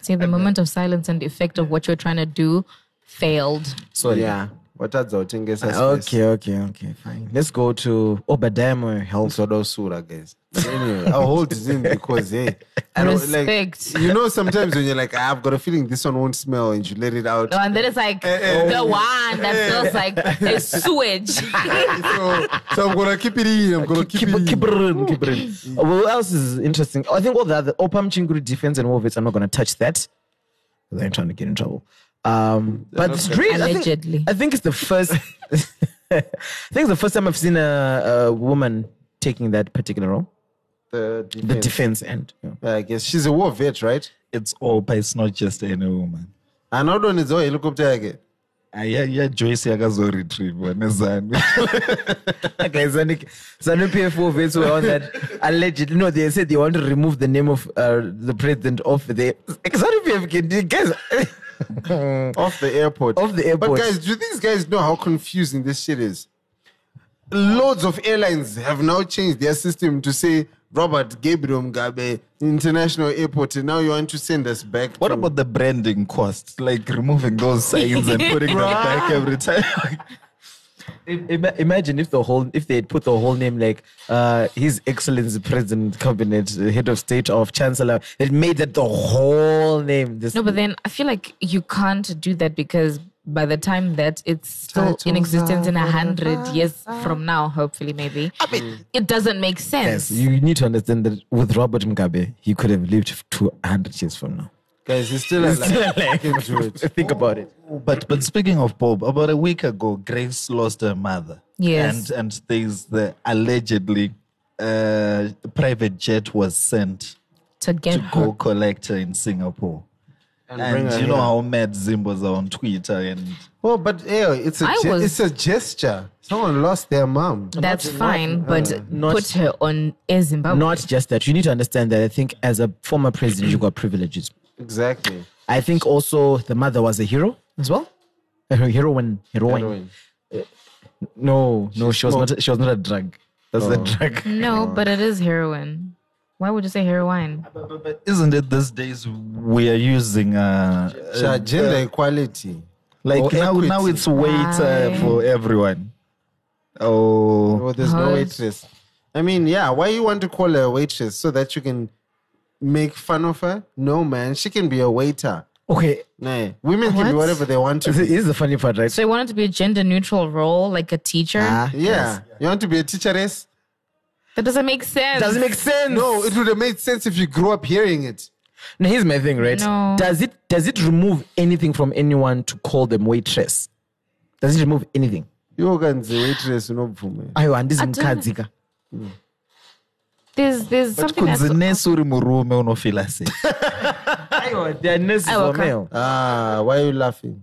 Speaker 3: See, the
Speaker 5: uh,
Speaker 3: moment of silence and the effect of what you're trying to do failed.
Speaker 5: Sorry.
Speaker 4: Yeah. What are the things
Speaker 5: Okay, okay, okay, fine. Let's go to Obadiah Health.
Speaker 4: Sort of sura, guys. But Anyway, I'll hold it in because hey, I don't like.
Speaker 3: Respect.
Speaker 4: You know, sometimes when you're like, "Ah, I've got a feeling this one won't smell, and you let it out.
Speaker 3: No, and then it's like
Speaker 5: Eh,
Speaker 3: the wine that feels like a sewage.
Speaker 4: so, so I'm gonna keep it in. I'm gonna keep,
Speaker 5: Keep,
Speaker 4: it in.
Speaker 5: keep it in, keep it in. Uh, What else is interesting? I think all the other Opam Chinguri defense and Wolves, I'm not going to touch that. 'cause I ain't trying to get in trouble. Um, but it's really, I
Speaker 3: Allegedly.
Speaker 5: think, I think it's the first. I think it's the first time I've seen a, a woman taking that particular role,
Speaker 4: The
Speaker 5: the
Speaker 4: defense.
Speaker 5: defense end. Yeah.
Speaker 4: I guess she's a war vet, right?
Speaker 6: it's all, but it's not just any woman.
Speaker 4: And how do you oh, helicopter again?
Speaker 6: Ah, yeah, yeah, Joyce yakazo retrieve nezani.
Speaker 5: Okay, Zanu, Zanu PF4 vets were on that allegedly. No, they said they want to remove the name of uh, the president of the Zanu PF. can you Guys,
Speaker 4: off the airport.
Speaker 5: Off the airport.
Speaker 4: But guys, do these guys know how confusing this shit is? Loads of airlines have now changed their system to say Robert Gabriel Mugabe International Airport, and now you want to send us back.
Speaker 6: What
Speaker 4: to-
Speaker 6: about the branding costs? Like removing those signs and putting them back every time.
Speaker 5: Ima- imagine if the whole if they had put the whole name like uh, His Excellency President Cabinet uh, Head of State of Chancellor. It made that the whole name. This
Speaker 3: No, but then I feel like you can't do that because by the time that it's still in existence in a hundred years from now, hopefully, maybe I mean, it doesn't make sense.
Speaker 5: Yes, you need to understand that with Robert Mugabe, he could have lived to hundred years from now.
Speaker 4: guys? He's still alive.
Speaker 5: Like,
Speaker 4: He can do it.
Speaker 5: think about it.
Speaker 6: But but speaking of Bob, about a week ago, Grace lost her mother.
Speaker 3: Yes.
Speaker 6: And and there's the allegedly uh private jet was sent
Speaker 3: To get
Speaker 6: to go
Speaker 3: her.
Speaker 6: collect her in Singapore. And,
Speaker 4: bring her
Speaker 6: you know
Speaker 4: here.
Speaker 6: how mad Zimbos are on Twitter and
Speaker 4: Oh, but yeah, it's a
Speaker 3: I
Speaker 4: ge-
Speaker 3: was-
Speaker 4: it's a gesture. Someone lost their mom.
Speaker 3: That's fine, but
Speaker 5: not-
Speaker 3: put her on Air Zimbabwe.
Speaker 5: Not just that. You need to understand that I think as a former president, you got privileges.
Speaker 4: Exactly.
Speaker 5: I think also the mother was a hero as well. A hero- heroine, heroine.
Speaker 4: Heroin.
Speaker 5: No, no, she was not. She was not a drug. That's
Speaker 6: Oh.
Speaker 5: a drug.
Speaker 3: no, but it is heroin. Why would you say heroin?
Speaker 6: but,
Speaker 4: Oh.
Speaker 6: but, but isn't it these days we are using uh,
Speaker 4: So
Speaker 6: uh
Speaker 4: gender equality.
Speaker 6: like
Speaker 4: or
Speaker 6: now now
Speaker 4: equity.
Speaker 6: it's wait uh,
Speaker 3: Why?
Speaker 6: for everyone. Oh
Speaker 4: Well, there's no
Speaker 3: Hers.
Speaker 4: waitress. I mean, yeah, why you want to call her a waitress so that you can make fun of her? No, man, she can be a waiter.
Speaker 5: Okay,
Speaker 4: Nah, women can
Speaker 5: What?
Speaker 4: be whatever they want to
Speaker 5: This
Speaker 4: be.
Speaker 5: is the funny part, right?
Speaker 3: So you want it to be a gender neutral role, like a teacher?
Speaker 5: Ah,
Speaker 4: Yeah, you want to be a teacheress?
Speaker 3: That doesn't make sense.
Speaker 5: Does it make sense?
Speaker 4: No, it would have made sense if you grew up hearing it.
Speaker 5: Now, here's my thing, right?
Speaker 3: No.
Speaker 5: Does it does it remove anything from anyone to call them waitress? Does it remove anything?
Speaker 4: You can say waitress, no boomer.
Speaker 5: Ayo, handizi
Speaker 3: Adona.
Speaker 5: mukadzi ka.
Speaker 3: There's there's something that's
Speaker 6: kunzi nesi uri murume unofila sei
Speaker 5: Ayo, they are nurses
Speaker 3: Ayo,
Speaker 5: for
Speaker 3: okay.
Speaker 5: male.
Speaker 4: Ah, why are you laughing?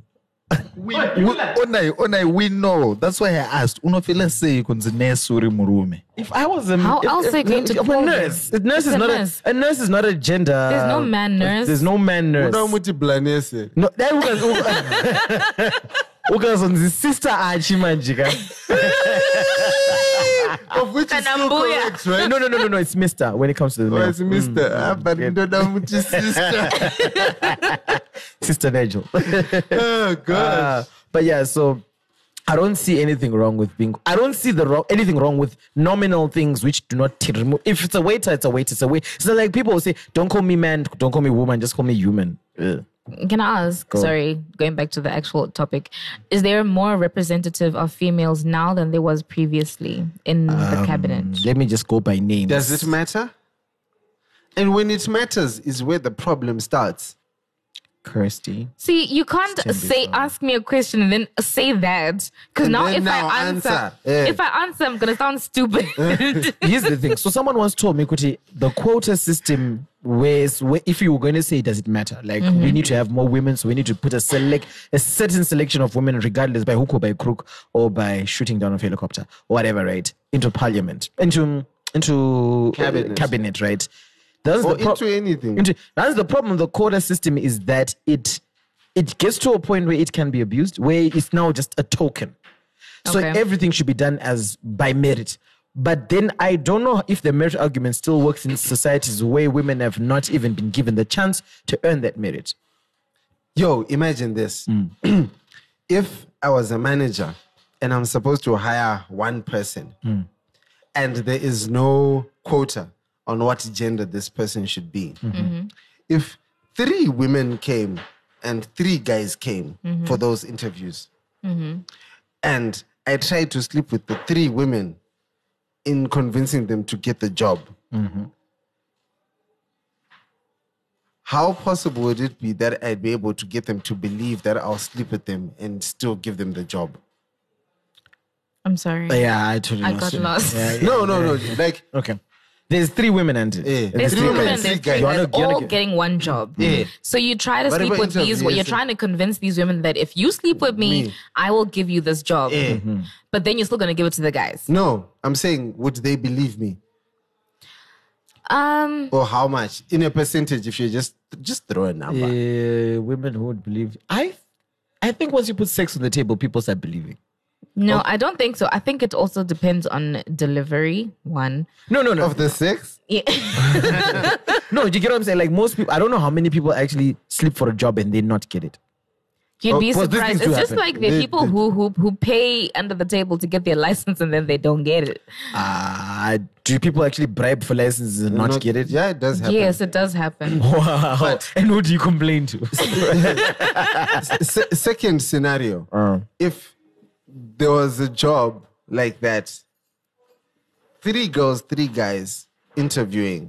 Speaker 6: We- onai onai we know that's why i asked unofila sei kunzi nesi uri murume
Speaker 5: If I was a
Speaker 3: How
Speaker 5: if,
Speaker 3: else
Speaker 5: if,
Speaker 3: are you going
Speaker 5: if,
Speaker 3: to
Speaker 5: if
Speaker 3: call them?
Speaker 5: a nurse, a nurse
Speaker 3: It's
Speaker 5: is
Speaker 3: a
Speaker 5: not
Speaker 3: nurse.
Speaker 5: a, a nurse is not a gender. There's
Speaker 3: no man nurse.
Speaker 5: There's no man nurse.
Speaker 4: Una umuti blanese.
Speaker 5: No, that was ukazonzi sister achi manje ka.
Speaker 4: Of which is still
Speaker 3: Kanambuya.
Speaker 4: correct, right?
Speaker 5: No, no, no, no, no, it's Mister when it comes to the
Speaker 4: Oh,
Speaker 5: male.
Speaker 4: it's Mr. Ah, but don't umuti sister.
Speaker 5: Sister Nigel.
Speaker 4: Oh,
Speaker 5: Uh,
Speaker 4: gosh.
Speaker 5: but yeah, so I don't see anything wrong with being. I don't see the wrong anything wrong with nominal things which do not t- remove. If it's a waiter, it's a waiter. It's a waiter. So like people will say, "Don't call me man. Don't call me woman. Just call me human." Ugh.
Speaker 3: Can I ask? Sorry, going back to the actual topic, is there more representative of females now than there was previously in
Speaker 4: Um,
Speaker 3: the cabinet?
Speaker 5: Let me just go by name.
Speaker 4: Does it matter? And when it matters is where the problem starts.
Speaker 5: Kirsty?
Speaker 3: See, you can't say ask me a question and then say that because
Speaker 4: And
Speaker 3: now
Speaker 4: then
Speaker 3: if
Speaker 4: now
Speaker 3: I answer,
Speaker 4: answer. Yeah.
Speaker 3: if I answer, I'm gonna sound stupid.
Speaker 5: Here's the thing. So someone once told me, Kuti, the quota system was where if you were going to say, does it matter? Like we need to have more women, so we need to put a select a certain selection of women, regardless by hook or by crook or by shooting down of helicopter or whatever, right? Into parliament, into into uh,
Speaker 4: Cabinet.
Speaker 5: cabinet right? That's
Speaker 4: Or
Speaker 5: the pro-
Speaker 4: into anything.
Speaker 5: into- that's the problem. with The quota system is that it it gets to a point where it can be abused, where it's now just a token. So
Speaker 3: Okay.
Speaker 5: everything should be done as by merit. But then I don't know if the merit argument still works in societies where women have not even been given the chance to earn that merit.
Speaker 4: Yo, imagine this. if I was a manager and I'm supposed to hire one person and there is no quota on what gender this person should be, if three women came and three guys came for those interviews, and I tried to sleep with the three women in convincing them to get the job. How possible would it be that I'd be able to get them to believe that I'll sleep with them and still give them the job?
Speaker 3: I'm sorry,
Speaker 5: Yeah, I totally
Speaker 3: I got lost.
Speaker 4: no, no, no. Like,
Speaker 5: Okay. There's three women and
Speaker 4: Yeah.
Speaker 3: There's
Speaker 4: Three
Speaker 3: two
Speaker 4: women,
Speaker 3: women, and
Speaker 4: three
Speaker 3: there's
Speaker 4: guys.
Speaker 3: three
Speaker 4: You're
Speaker 3: guys,
Speaker 5: not- you're
Speaker 3: all
Speaker 5: not-
Speaker 3: getting one job. So you try to
Speaker 4: But
Speaker 3: sleep
Speaker 4: about
Speaker 3: with these,
Speaker 4: interview,
Speaker 3: you're
Speaker 4: yes,
Speaker 3: trying to convince these women that if you sleep with me,
Speaker 4: Me.
Speaker 3: I will give you this job. But then you're still gonna give it to the guys.
Speaker 4: no, I'm saying, would they believe me?
Speaker 3: Um,
Speaker 4: Or how much? In a percentage, if you just just throw a number.
Speaker 5: Uh, women who would believe. I, I think once you put sex on the table, people start believing.
Speaker 3: no, I don't think so. I think it also depends on delivery. One,
Speaker 5: No, no, no.
Speaker 4: Of the six?
Speaker 5: No, you get what I'm saying? Like most people, I don't know how many people actually sleep for a job and they not get it.
Speaker 3: You'd be
Speaker 5: Oh, 'cause these
Speaker 3: surprised.
Speaker 5: things do
Speaker 3: It's just
Speaker 5: happen.
Speaker 3: like the
Speaker 4: They-
Speaker 3: people
Speaker 4: they-
Speaker 3: who who who pay under the table to get their license and then they don't get it.
Speaker 5: Uh, do people actually bribe for licenses and not, get it?
Speaker 4: Yeah, it does happen.
Speaker 3: Yes, it does happen.
Speaker 5: Wow. and who do you complain to?
Speaker 4: Se- second scenario
Speaker 5: Um,
Speaker 4: if there was a job like that three girls three guys interviewing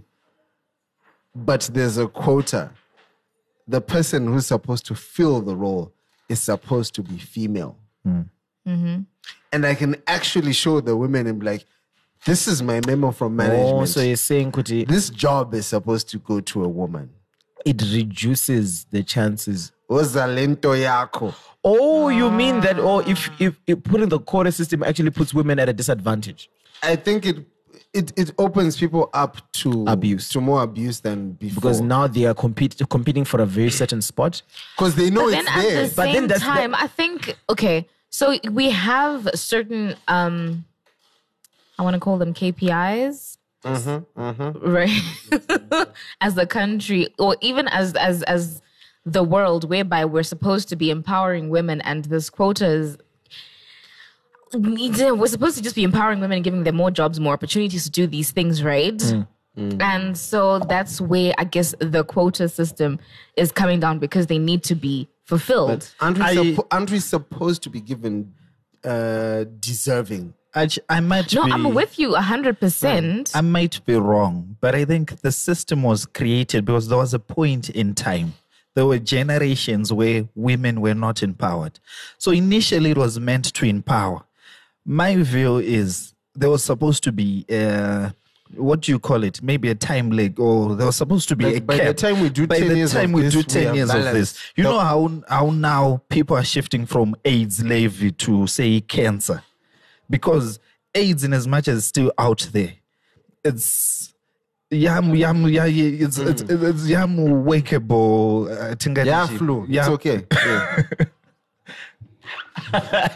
Speaker 4: but there's a quota the person who's supposed to fill the role is supposed to be female
Speaker 5: Hmm.
Speaker 4: and i can actually show the women and be like this is my memo from management
Speaker 5: oh, so you're saying Kuti,
Speaker 4: this job is supposed to go to a woman
Speaker 5: it reduces the chances.
Speaker 4: Ozalento yako.
Speaker 5: Oh, you mean that? Oh, if if, if putting the quota system actually puts women at a disadvantage.
Speaker 4: I think it it it opens people up to
Speaker 5: Abuse.
Speaker 4: to more abuse than before
Speaker 5: Because now they are compete, competing for a very certain spot.
Speaker 4: because they know
Speaker 3: But
Speaker 4: it's
Speaker 3: then at
Speaker 4: there.
Speaker 3: the
Speaker 5: But then
Speaker 3: same
Speaker 5: that's the-
Speaker 3: time, I think okay. So we have certain um, I want to call them KPIs.
Speaker 4: Mm-hmm,
Speaker 3: Right, as a country, or even as as as the world, whereby we're supposed to be empowering women, and this quota is we're supposed to just be empowering women and giving them more jobs, more opportunities to do these things, right?
Speaker 5: Mm.
Speaker 3: And so that's where I guess the quota system is coming down because they need to be fulfilled.
Speaker 4: aren't, we
Speaker 5: I-
Speaker 4: suppo- aren't we supposed to be given uh, deserving
Speaker 6: I, j- I might
Speaker 3: No,
Speaker 6: be.
Speaker 3: I'm with you 100%.
Speaker 6: I might be wrong, but I think the system was created because there was a point in time. There were generations where women were not empowered. So initially, it was meant to empower. My view is there was supposed to be uh, what do you call it? Maybe a time lag, or there was supposed to be
Speaker 4: Like,
Speaker 6: a
Speaker 4: by the
Speaker 6: cap.
Speaker 4: time we do
Speaker 6: By
Speaker 4: 10
Speaker 6: the
Speaker 4: years of
Speaker 6: time we
Speaker 4: this,
Speaker 6: do
Speaker 4: we
Speaker 6: ten
Speaker 4: are
Speaker 6: years of
Speaker 4: balanced.
Speaker 6: this, you know how how now people are shifting from AIDS levy to say cancer because AIDS, in as much as it's still out there, it's yam yam yeah it's it's, it's, it's yam workable. Uh, tingathi
Speaker 4: Yeah,
Speaker 6: nje.
Speaker 4: Mm. flu.
Speaker 6: Yeah.
Speaker 4: It's okay. Yeah.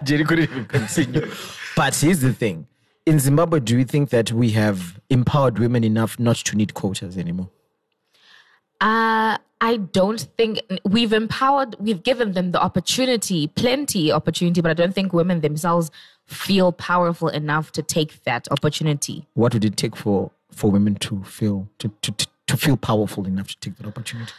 Speaker 5: Jerry couldn't even continue. but here's the thing. In Zimbabwe, do you think that we have empowered women enough not to need quotas anymore?
Speaker 3: Uh, I don't think we've empowered, we've given them the opportunity, plenty opportunity, but I don't think women themselves feel powerful enough to take that opportunity.
Speaker 5: What would it take for, for women to feel to, to, to, to feel powerful enough to take that opportunity?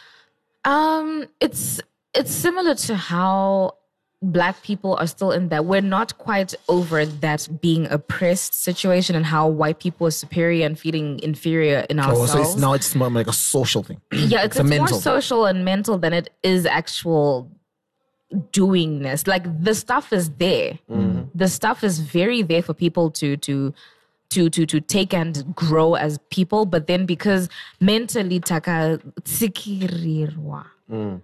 Speaker 3: Um, it's it's similar to how black people are still in that we're not quite over that being oppressed situation and how white people are superior and feeling inferior in
Speaker 5: Oh,
Speaker 3: ourselves.
Speaker 5: so it's now it's more like a social thing.
Speaker 3: yeah, it's,
Speaker 5: a
Speaker 3: it's more
Speaker 5: mental.
Speaker 3: social and mental than it is actual doingness. Like the stuff is there.
Speaker 4: Mm-hmm.
Speaker 3: The stuff is very there for people to to to to to take and grow as people. But then because mentally taka tsikirirwa.
Speaker 4: Mm.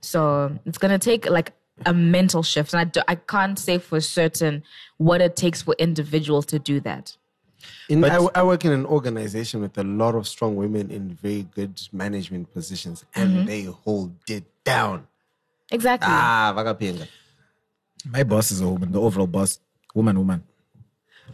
Speaker 3: So it's gonna take like a mental shift, and I, do, I can't say for certain what it takes for individuals to do that.
Speaker 4: In, I, I work in an organization with a lot of strong women in very good management positions, and
Speaker 3: Mm-hmm.
Speaker 4: they hold it down.
Speaker 3: Exactly.
Speaker 4: Ah, vakapenga.
Speaker 5: My boss is a woman, the overall boss, woman, woman.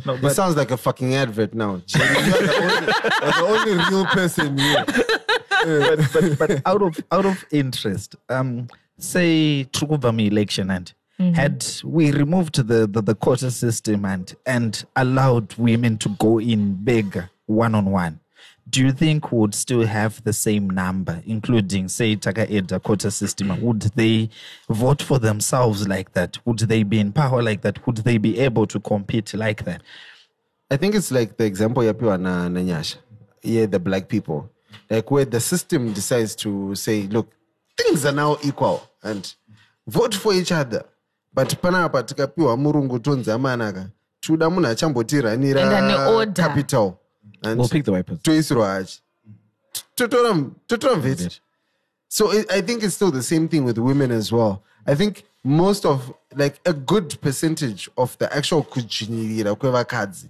Speaker 6: No,
Speaker 4: It
Speaker 6: but
Speaker 4: sounds like a fucking advert now. Jenny, you're, the only, you're the only real person here.
Speaker 6: but, but, but out of out of interest, um, say Trukubami election and had we removed the, the, the quota system and and allowed women to go in big one on one, do you think we would still have the same number, including say Taka Eda quota system? Would they vote for themselves like that? Would they be in power like that? Would they be able to compete like that?
Speaker 4: I think it's like the example yapiwa na Nanyasha. Yeah, the black people. Like where the system decides to say, look, things are now equal and vote for each other. But panapa tikapiwa murungu tonzi amanaka. Chuda
Speaker 3: And
Speaker 4: munhu
Speaker 3: an
Speaker 4: achambotiranira
Speaker 3: order.
Speaker 4: capital. And
Speaker 5: We'll pick the white person.
Speaker 4: toisirwa hachi. Totora totora mvete. So it, I think it's still the same thing with women as well. I think most of like a good percentage of the actual kujinyirira kwevakadzi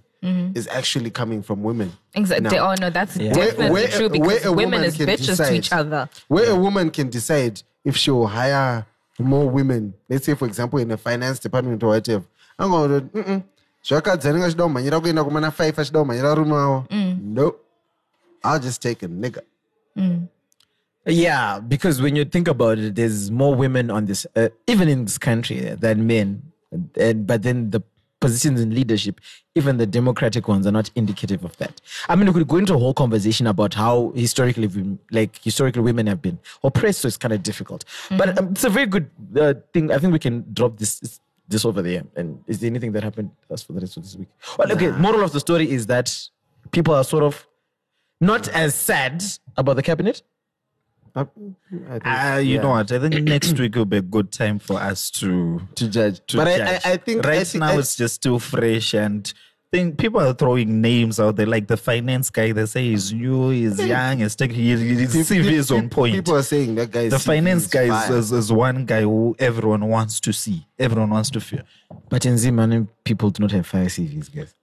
Speaker 4: is actually coming from women.
Speaker 3: Exactly.
Speaker 4: Now,
Speaker 3: Oh no, that's
Speaker 4: where-
Speaker 3: definitely
Speaker 4: where-
Speaker 3: true
Speaker 4: where
Speaker 3: because
Speaker 4: a
Speaker 3: women
Speaker 4: woman
Speaker 3: is
Speaker 4: can
Speaker 3: bitches to
Speaker 4: decide-
Speaker 3: each other.
Speaker 4: Where a woman can decide if she will hire more women, let's say for example in the finance department or whatever, I'm going to zvakadzi anenge achida kumhanyira kuenda kumana five achida kumhanyira rume wavo no i'll just take a nigger
Speaker 5: Yeah, because when you think about it, there's more women on this, uh, even in this country, uh, than men. And, and- but then the positions in leadership, even the democratic ones, are not indicative of that. I mean, we could go into a whole conversation about how historically, we- like historically, women have been oppressed, so it's kind of difficult. But um, it's a very good uh, thing. I think we can drop this this over there. And is there anything that happened else for the rest of this week? Well, okay. Moral of the story is that people are sort of not as sad about the cabinet.
Speaker 4: I- I
Speaker 6: Uh, you know what? I think next week will be a good time for us to
Speaker 4: to judge
Speaker 6: to
Speaker 4: but I-
Speaker 6: judge.
Speaker 4: I, I think
Speaker 6: right
Speaker 4: I thi-
Speaker 6: now
Speaker 4: I-
Speaker 6: it's just still fresh and think people are throwing names out there like the finance guy they say he's new he's young he's taking his, his CV is on point
Speaker 4: People are saying that guy. is
Speaker 6: the
Speaker 4: CV
Speaker 6: finance
Speaker 4: is
Speaker 6: guy is,
Speaker 4: fire.
Speaker 6: is, is one guy who everyone wants to see everyone wants to feel
Speaker 5: But in Zimbabwe, people do not have fire CVs, guys.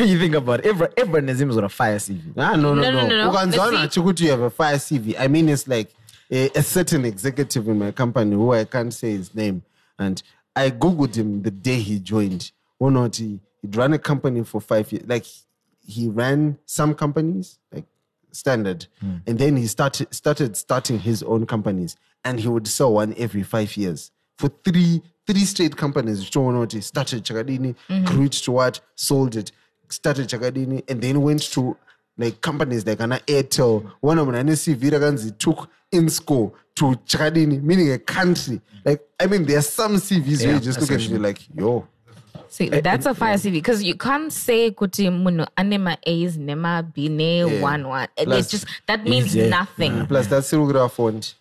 Speaker 5: you think about it. Every, everyone in Zimbabwe is on a fire CV.
Speaker 4: Ah, no, no,
Speaker 3: No, no,
Speaker 4: no.
Speaker 3: no, no.
Speaker 4: Ukanzana
Speaker 3: Let's see.
Speaker 4: chikuti you have a fire CV. I mean, it's like a, a certain executive in my company who I can't say his name, and I googled him the day he joined. Or not, he, he'd run a company for five years. Like he ran some companies, like standard, and then he started started starting his own companies, and he would sell one every five years for three three straight companies. Uchiona kuti Started Chakadini,
Speaker 3: Mm-hmm.
Speaker 4: grew it to what, sold it, started Chakadini, and then went to like companies like ana airtel one of ane cv rakanzi took insco to chakadini meaning a country like i mean there are some cvs where you just look at it and you're like yo
Speaker 3: See, that's a fire CV because you can't say kuti muno anema A's nema bine one one. It-
Speaker 4: Plus-
Speaker 3: it's just that means
Speaker 5: Easy.
Speaker 3: nothing.
Speaker 4: Plus, that's Silgra font.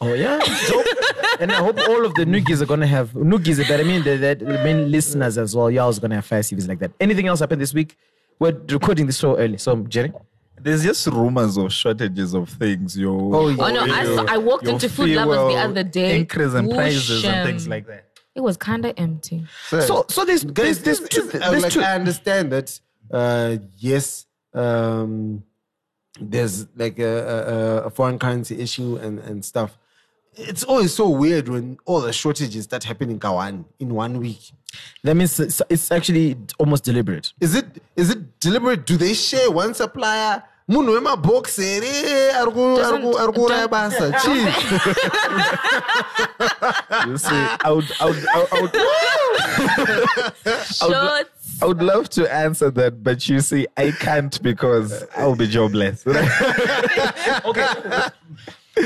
Speaker 5: Oh yeah, dope. and I hope all of the noogies are gonna have noogies, but I mean the, the, the main listeners as well. Y'all's gonna have fire CVs like that. Anything else happened this week? We're recording this show early, so Jerry.
Speaker 6: There's just rumors of shortages of things. Yo. Oh,
Speaker 3: Oh no, I, saw, I walked
Speaker 6: your
Speaker 3: into Food Lovers the
Speaker 6: fuel,
Speaker 3: other day.
Speaker 6: Increase in prices
Speaker 3: Whoosh,
Speaker 6: and things
Speaker 3: um,
Speaker 6: like that.
Speaker 3: It was kind of empty.
Speaker 5: So, so there's there's,
Speaker 4: guys,
Speaker 5: there's
Speaker 4: this,
Speaker 5: two.
Speaker 4: I,
Speaker 5: There's
Speaker 4: like,
Speaker 5: two.
Speaker 4: I understand that. Uh, yes, um, there's like a, a, a foreign currency issue and, and stuff. It's always so weird when all the shortages that happen in Kawan in one week.
Speaker 5: That means it's, it's actually almost deliberate.
Speaker 4: Is it is it deliberate? Do they share one supplier? munhu wemabhokisi here eh? ari ku- ari ku- ari kuuraya basa Chief.
Speaker 6: You see, I would, I would, I would, I would,
Speaker 3: Shorts.
Speaker 6: I would love to answer that, but you see, I can't because I'll be jobless.
Speaker 5: Okay.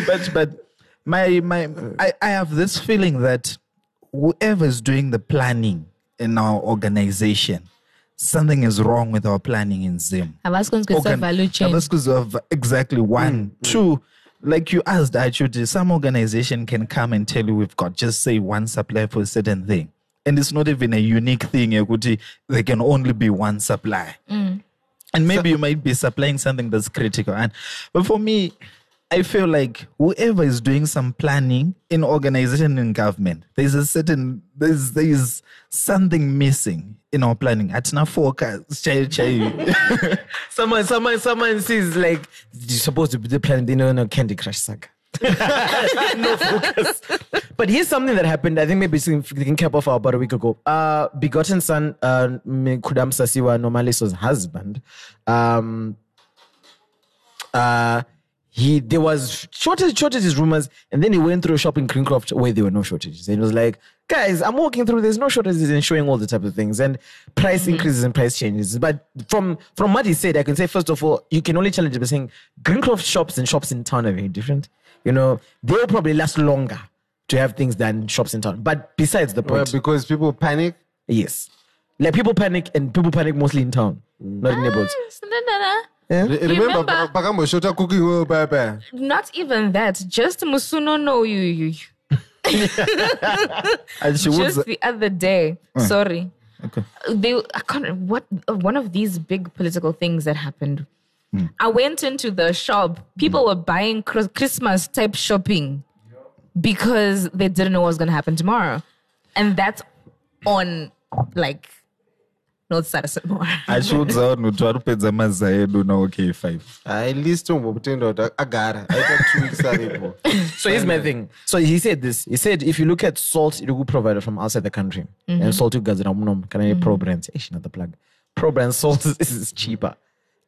Speaker 6: but but my my I, I have this feeling that whoever's doing the planning in our organization, something is wrong with our planning in Zim.
Speaker 3: Abascon's good
Speaker 6: Organ-
Speaker 3: value chain.
Speaker 6: That's because of exactly one, two. Like you asked, Achuti, some organization can come and tell you we've got just say one supplier for a certain thing. And it's not even a unique thing, Yakuti. There can only be one supplier. And maybe you might be supplying something that's critical. And but for me, I feel like whoever is doing some planning in organization and government, there's a certain there's there's something missing in our planning. Atna forecast. chai, chai.
Speaker 5: Someone, someone, someone sees like you're supposed to be the planet. They know no Candy Crush saga. no focus. But here's something that happened. I think maybe it's in in cap off about a week ago. Uh, begotten son, uh, M- Kudam Sasiwa Normaliso's husband. Um, uh, he there was shortage, shortages, rumors, and then he went through a shop in Greencroft where there were no shortages, and he was like, "Guys, I'm walking through. There's no shortages," and showing all the type of things and price increases and price changes. But from from what he said, I can say first of all, you can only challenge it by saying Greencroft shops and shops in town are very different. You know, they'll probably last longer to have things than shops in town. But besides the
Speaker 4: Well,
Speaker 5: point,
Speaker 4: because people panic.
Speaker 5: yes, like people panic and people panic mostly in town, not in neighborhoods.
Speaker 4: Re- Remember,
Speaker 3: Remember-
Speaker 4: Bakamboshota cooking oil, bye bye.
Speaker 3: Not even that. Just Musuno no you you. you.
Speaker 6: And she would
Speaker 3: Just the other day.
Speaker 4: Mm.
Speaker 3: Sorry. Okay. They I can't rem- what uh, one of these big political things that happened.
Speaker 4: Hmm.
Speaker 3: I went into the shop. People were buying Chris- Christmas type shopping because they didn't know what was going to happen tomorrow. And that's on like North Sarasimora.
Speaker 6: achiudza vanhu kuti vari kupedza mazai edu naok5
Speaker 4: At least, Tombo that agara. I got two weeks aripo.
Speaker 5: So here's my thing. So he said this. He said if you look at salt, it will provided from outside the country, and salt you guys are not can I pro brands? Eh, not the plug. Pro brand salt is, is cheaper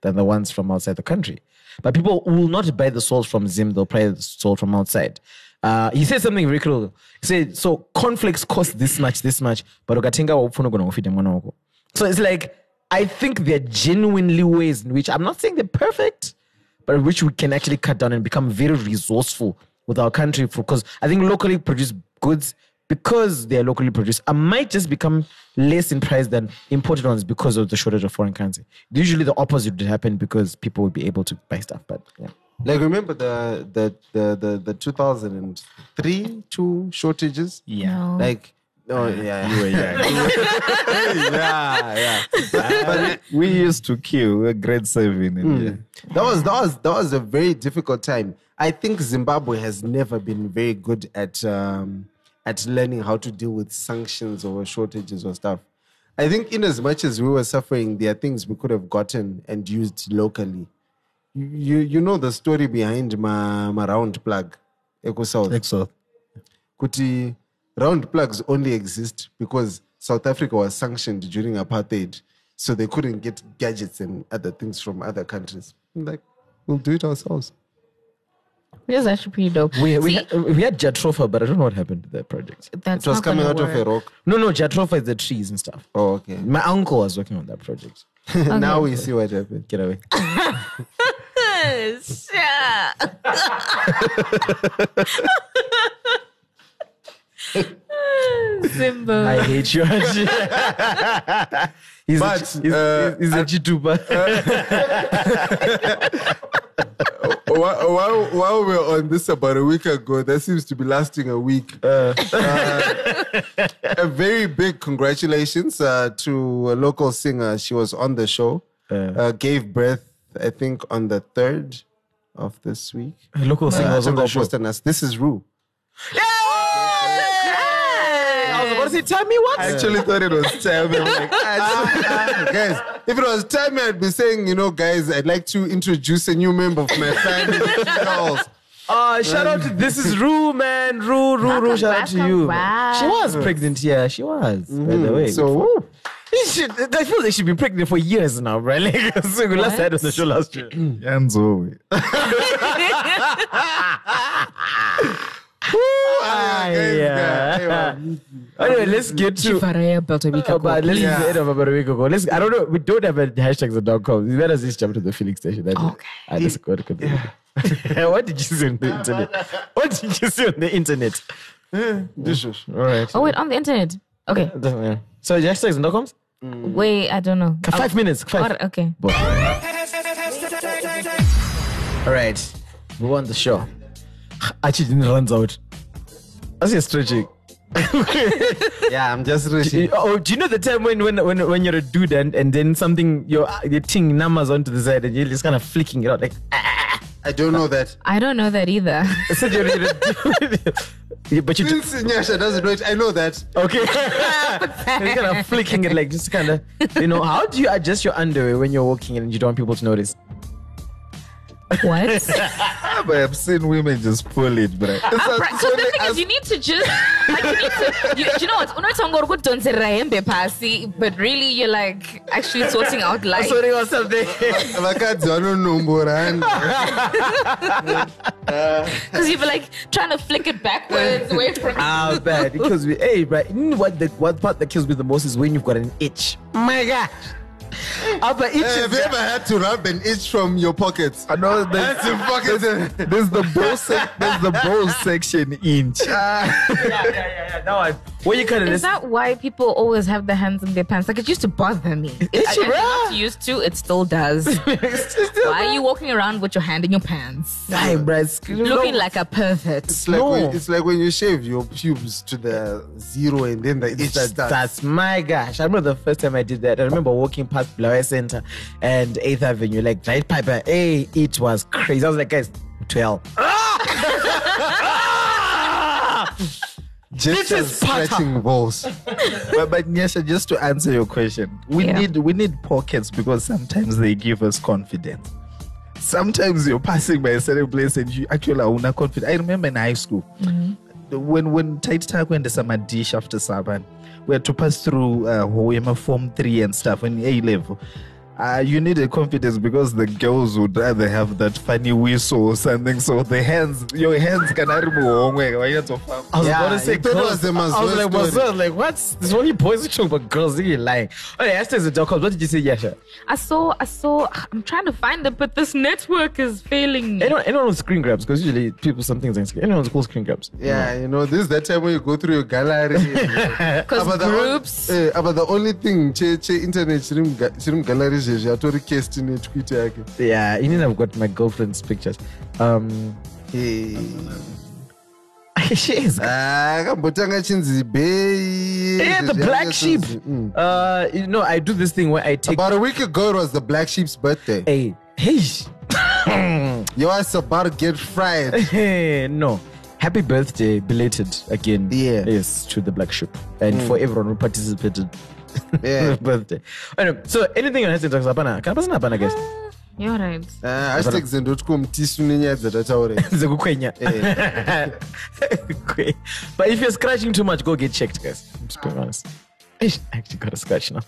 Speaker 5: than the ones from outside the country, but people will not buy the salt from Zim. They'll buy the salt from outside. Uh, he said something very cool. He said so conflicts cost this much, this much, but ukatenga wopfuno gona wofita mwana wako. So it's like I think there are genuinely ways in which I'm not saying they're perfect but which we can actually cut down and become very resourceful with our country because I think locally produced goods because they are locally produced uh, might just become less in price than imported ones because of the shortage of foreign currency. Usually the opposite would happen because people would be able to buy stuff. But yeah.
Speaker 4: Like remember the the the the, the 2003 two shortages.
Speaker 6: yeah
Speaker 3: No.
Speaker 4: Like oh yeah
Speaker 6: You were young.
Speaker 4: yeah yeah. But, but
Speaker 6: we used to kill we were grade seven in here.
Speaker 4: that was that was that was a very difficult time. I think Zimbabwe has never been very good at um, at learning how to deal with sanctions or shortages or stuff. I think in as much as we were suffering, there are things we could have gotten and used locally. You you know the story behind my, my round plug, Eco South.
Speaker 6: Like so
Speaker 4: kuti round plugs only exist because South Africa was sanctioned during apartheid, so they couldn't get gadgets and other things from other countries. I'm like, we'll do it ourselves.
Speaker 3: Which is actually pretty dope.
Speaker 5: We, we,
Speaker 3: See,
Speaker 5: had, we had Jatrofa, but I don't know what happened to that project.
Speaker 3: that's
Speaker 4: It was
Speaker 3: not
Speaker 4: coming
Speaker 3: gonna
Speaker 4: out of a
Speaker 3: work.
Speaker 4: rock.
Speaker 5: No, no, Jatrofa is the trees and stuff.
Speaker 4: Oh, okay.
Speaker 5: My uncle was working on that project.
Speaker 4: now we see what happened.
Speaker 5: Get away.
Speaker 3: Sure. Zimbo.
Speaker 5: I hate you. Angie. he's
Speaker 6: But,
Speaker 5: a, he's,
Speaker 6: uh,
Speaker 5: he's a Jituba.
Speaker 4: while, while, while we were on this about a week ago, that seems to be lasting a week. Uh, a very big congratulations uh, to a local singer. She was on the show, uh, gave birth, I think, on the third of this week. Uh,
Speaker 5: Local singer was on the
Speaker 4: Took
Speaker 5: show.
Speaker 4: our post and us. This is Rue.
Speaker 5: I was about to say, tell me what?
Speaker 6: I actually thought it was terrible. Like,
Speaker 4: "Ah, guys, if it was time, I'd be saying, you know, guys, I'd like to introduce a new member of my family, Charles.
Speaker 5: Uh, shout out to this is Rue, man. Rue, Rue, Rue. Shout out to
Speaker 3: Welcome,
Speaker 5: you.
Speaker 3: welcome.
Speaker 5: She was pregnant, yeah. She was, by the way.
Speaker 4: Mm-hmm. So, woo.
Speaker 5: She should- I feel like she's been pregnant for years now, right? Like, so we last
Speaker 3: What?
Speaker 5: had on the show last year.
Speaker 6: Yanzo.
Speaker 5: Ah,
Speaker 4: yeah.
Speaker 5: yeah. Anyway, let's get to. Oh,
Speaker 3: Chifaraya Beltabika.
Speaker 5: But let's
Speaker 4: Yeah.
Speaker 5: yeah. the end of about a week ago. Let's. I don't know. We don't have any hashtags or dot coms. Let us just jump to the Felix station. That's it.
Speaker 3: Okay.
Speaker 5: Ah, let's go to continue. what did you see on the internet? What did you see on the internet? All right.
Speaker 3: Oh, wait, on the internet. Okay,
Speaker 5: So hashtags and dot coms.
Speaker 3: wait, I don't know.
Speaker 5: Five minutes. Five.
Speaker 3: Or- Okay.
Speaker 5: All right, we want the show. Actually, didn't runs out. As you're stretching.
Speaker 4: yeah, I'm just reaching.
Speaker 5: Oh, do you know the time when when when, when you're a dude and, and then something your your thing numbers onto the side and you're just kind of flicking it out like
Speaker 4: I don't know that.
Speaker 3: I don't know that either.
Speaker 5: I said you're, you're a dude. Yeah, but you do-
Speaker 4: Since Nyasha doesn't know it, I know that.
Speaker 5: okay. you're kind of flicking it like just kind of you know how do you adjust your underwear when you're walking and you don't want people to notice?
Speaker 3: what?
Speaker 6: Ah, but I've seen women just pull it, bro. It's as
Speaker 3: Right, Ah, so the
Speaker 6: funny
Speaker 3: thing
Speaker 6: as-
Speaker 3: is, you need to just, like, you need to, you, do you know what? Unotongo ruku donze raembe pasi, but really you're like actually sorting out life.
Speaker 5: Sorry or something.
Speaker 4: Vakadzi vanonombora and
Speaker 3: Because you're like trying to flick it backwards away from
Speaker 5: Ah, bad. Because we, hey, but you know what the what part that kills me the most is when you've got an itch. My gosh. Upper itch
Speaker 4: Have you
Speaker 5: is
Speaker 4: ever had to rub an itch from your pockets?
Speaker 6: I know there's,
Speaker 4: That's a fucking.
Speaker 6: there's the ball sec- there's the ball section inch.
Speaker 5: yeah, yeah, yeah, yeah. Now I. What you kind of
Speaker 3: Is
Speaker 5: listen?
Speaker 3: that why people always have their hands in their pants? Like it used to bother me.
Speaker 5: Itchy,
Speaker 3: I, I'm not
Speaker 5: bruh.
Speaker 3: used to. It still does. why are you walking around with your hand in your pants,
Speaker 5: Hey, bruh, it's-
Speaker 3: looking
Speaker 5: no.
Speaker 3: like a pervert?
Speaker 4: It's like,
Speaker 5: No.
Speaker 4: when, it's like when you shave your pubes to the zero and then the itch
Speaker 5: That's,
Speaker 4: starts.
Speaker 5: that's my gosh. I remember the first time I did that. I remember walking past Blair Center and 8th Avenue, like Light Piper. Hey, it was crazy. I was like, guys, 12.
Speaker 4: Just
Speaker 5: this is butter.
Speaker 4: stretching balls.
Speaker 6: but, but Nyasha, just to answer your question, we
Speaker 3: Yeah.
Speaker 6: need we need pockets because sometimes they give us confidence. Sometimes you're passing by a certain place and you actually are not confident. I remember in high school when when Taita went to summer dish after Saban, we had to pass through uh, Hoema Form Three and stuff in A level. Uh, you needed confidence because the girls would rather have that funny whistle or something. So the hands, your hands can
Speaker 5: I was
Speaker 4: Yeah,
Speaker 5: about to say
Speaker 4: you thought it
Speaker 5: girls.
Speaker 4: was the
Speaker 5: I- I was
Speaker 4: Mazur
Speaker 5: like,
Speaker 4: story.
Speaker 5: Mazur, I was like, what's this? Only boys are talking about girls. You're lying. Oh, Okay, hashtags and dot coms. What did you say, Yasha?
Speaker 3: I saw. I saw. I'm trying to find it, but this network is failing me.
Speaker 5: Anyone, anyone with screen grabs, because usually people, some things are screen. Anyone with cool screen grabs.
Speaker 4: Yeah, you know, this is that time when you go through your gallery.
Speaker 3: Because
Speaker 4: the only-
Speaker 3: groups.
Speaker 4: eh, about the only thing che, che internet chiri mga- chiri mugallery zvezvi atori cast netwiti yake
Speaker 5: Yeah, you know, I've got my girlfriend's pictures. Um,
Speaker 4: Eh.
Speaker 5: she is.
Speaker 4: Ah, akambotanga chinzi bei
Speaker 5: yeah, Eh, the
Speaker 4: zvezvi
Speaker 5: black
Speaker 4: anga
Speaker 5: sheep.
Speaker 4: chinzi, mm.
Speaker 5: Uh, you know, I do this thing where I take
Speaker 4: about a week ago it was the black sheep's birthday
Speaker 5: a hey,
Speaker 4: your ass about to get
Speaker 5: Eh.
Speaker 4: fried
Speaker 5: hey, no. Happy birthday, belated again.
Speaker 4: Yeah. Mm.
Speaker 5: Yes, to the black sheep and for everyone who participated.
Speaker 4: Yeah.
Speaker 5: birthday. Anyway, so anything on hashtags, apana. Can I pass an apana, guys?
Speaker 3: You're right.
Speaker 4: Ah, hashtag zendotiko mutisu nenyaya dzatataure
Speaker 5: Zekukwenya. Okay. but if you're scratching too much, go get checked, guys. I'm just being honest. Ish, I actually got a scratch now.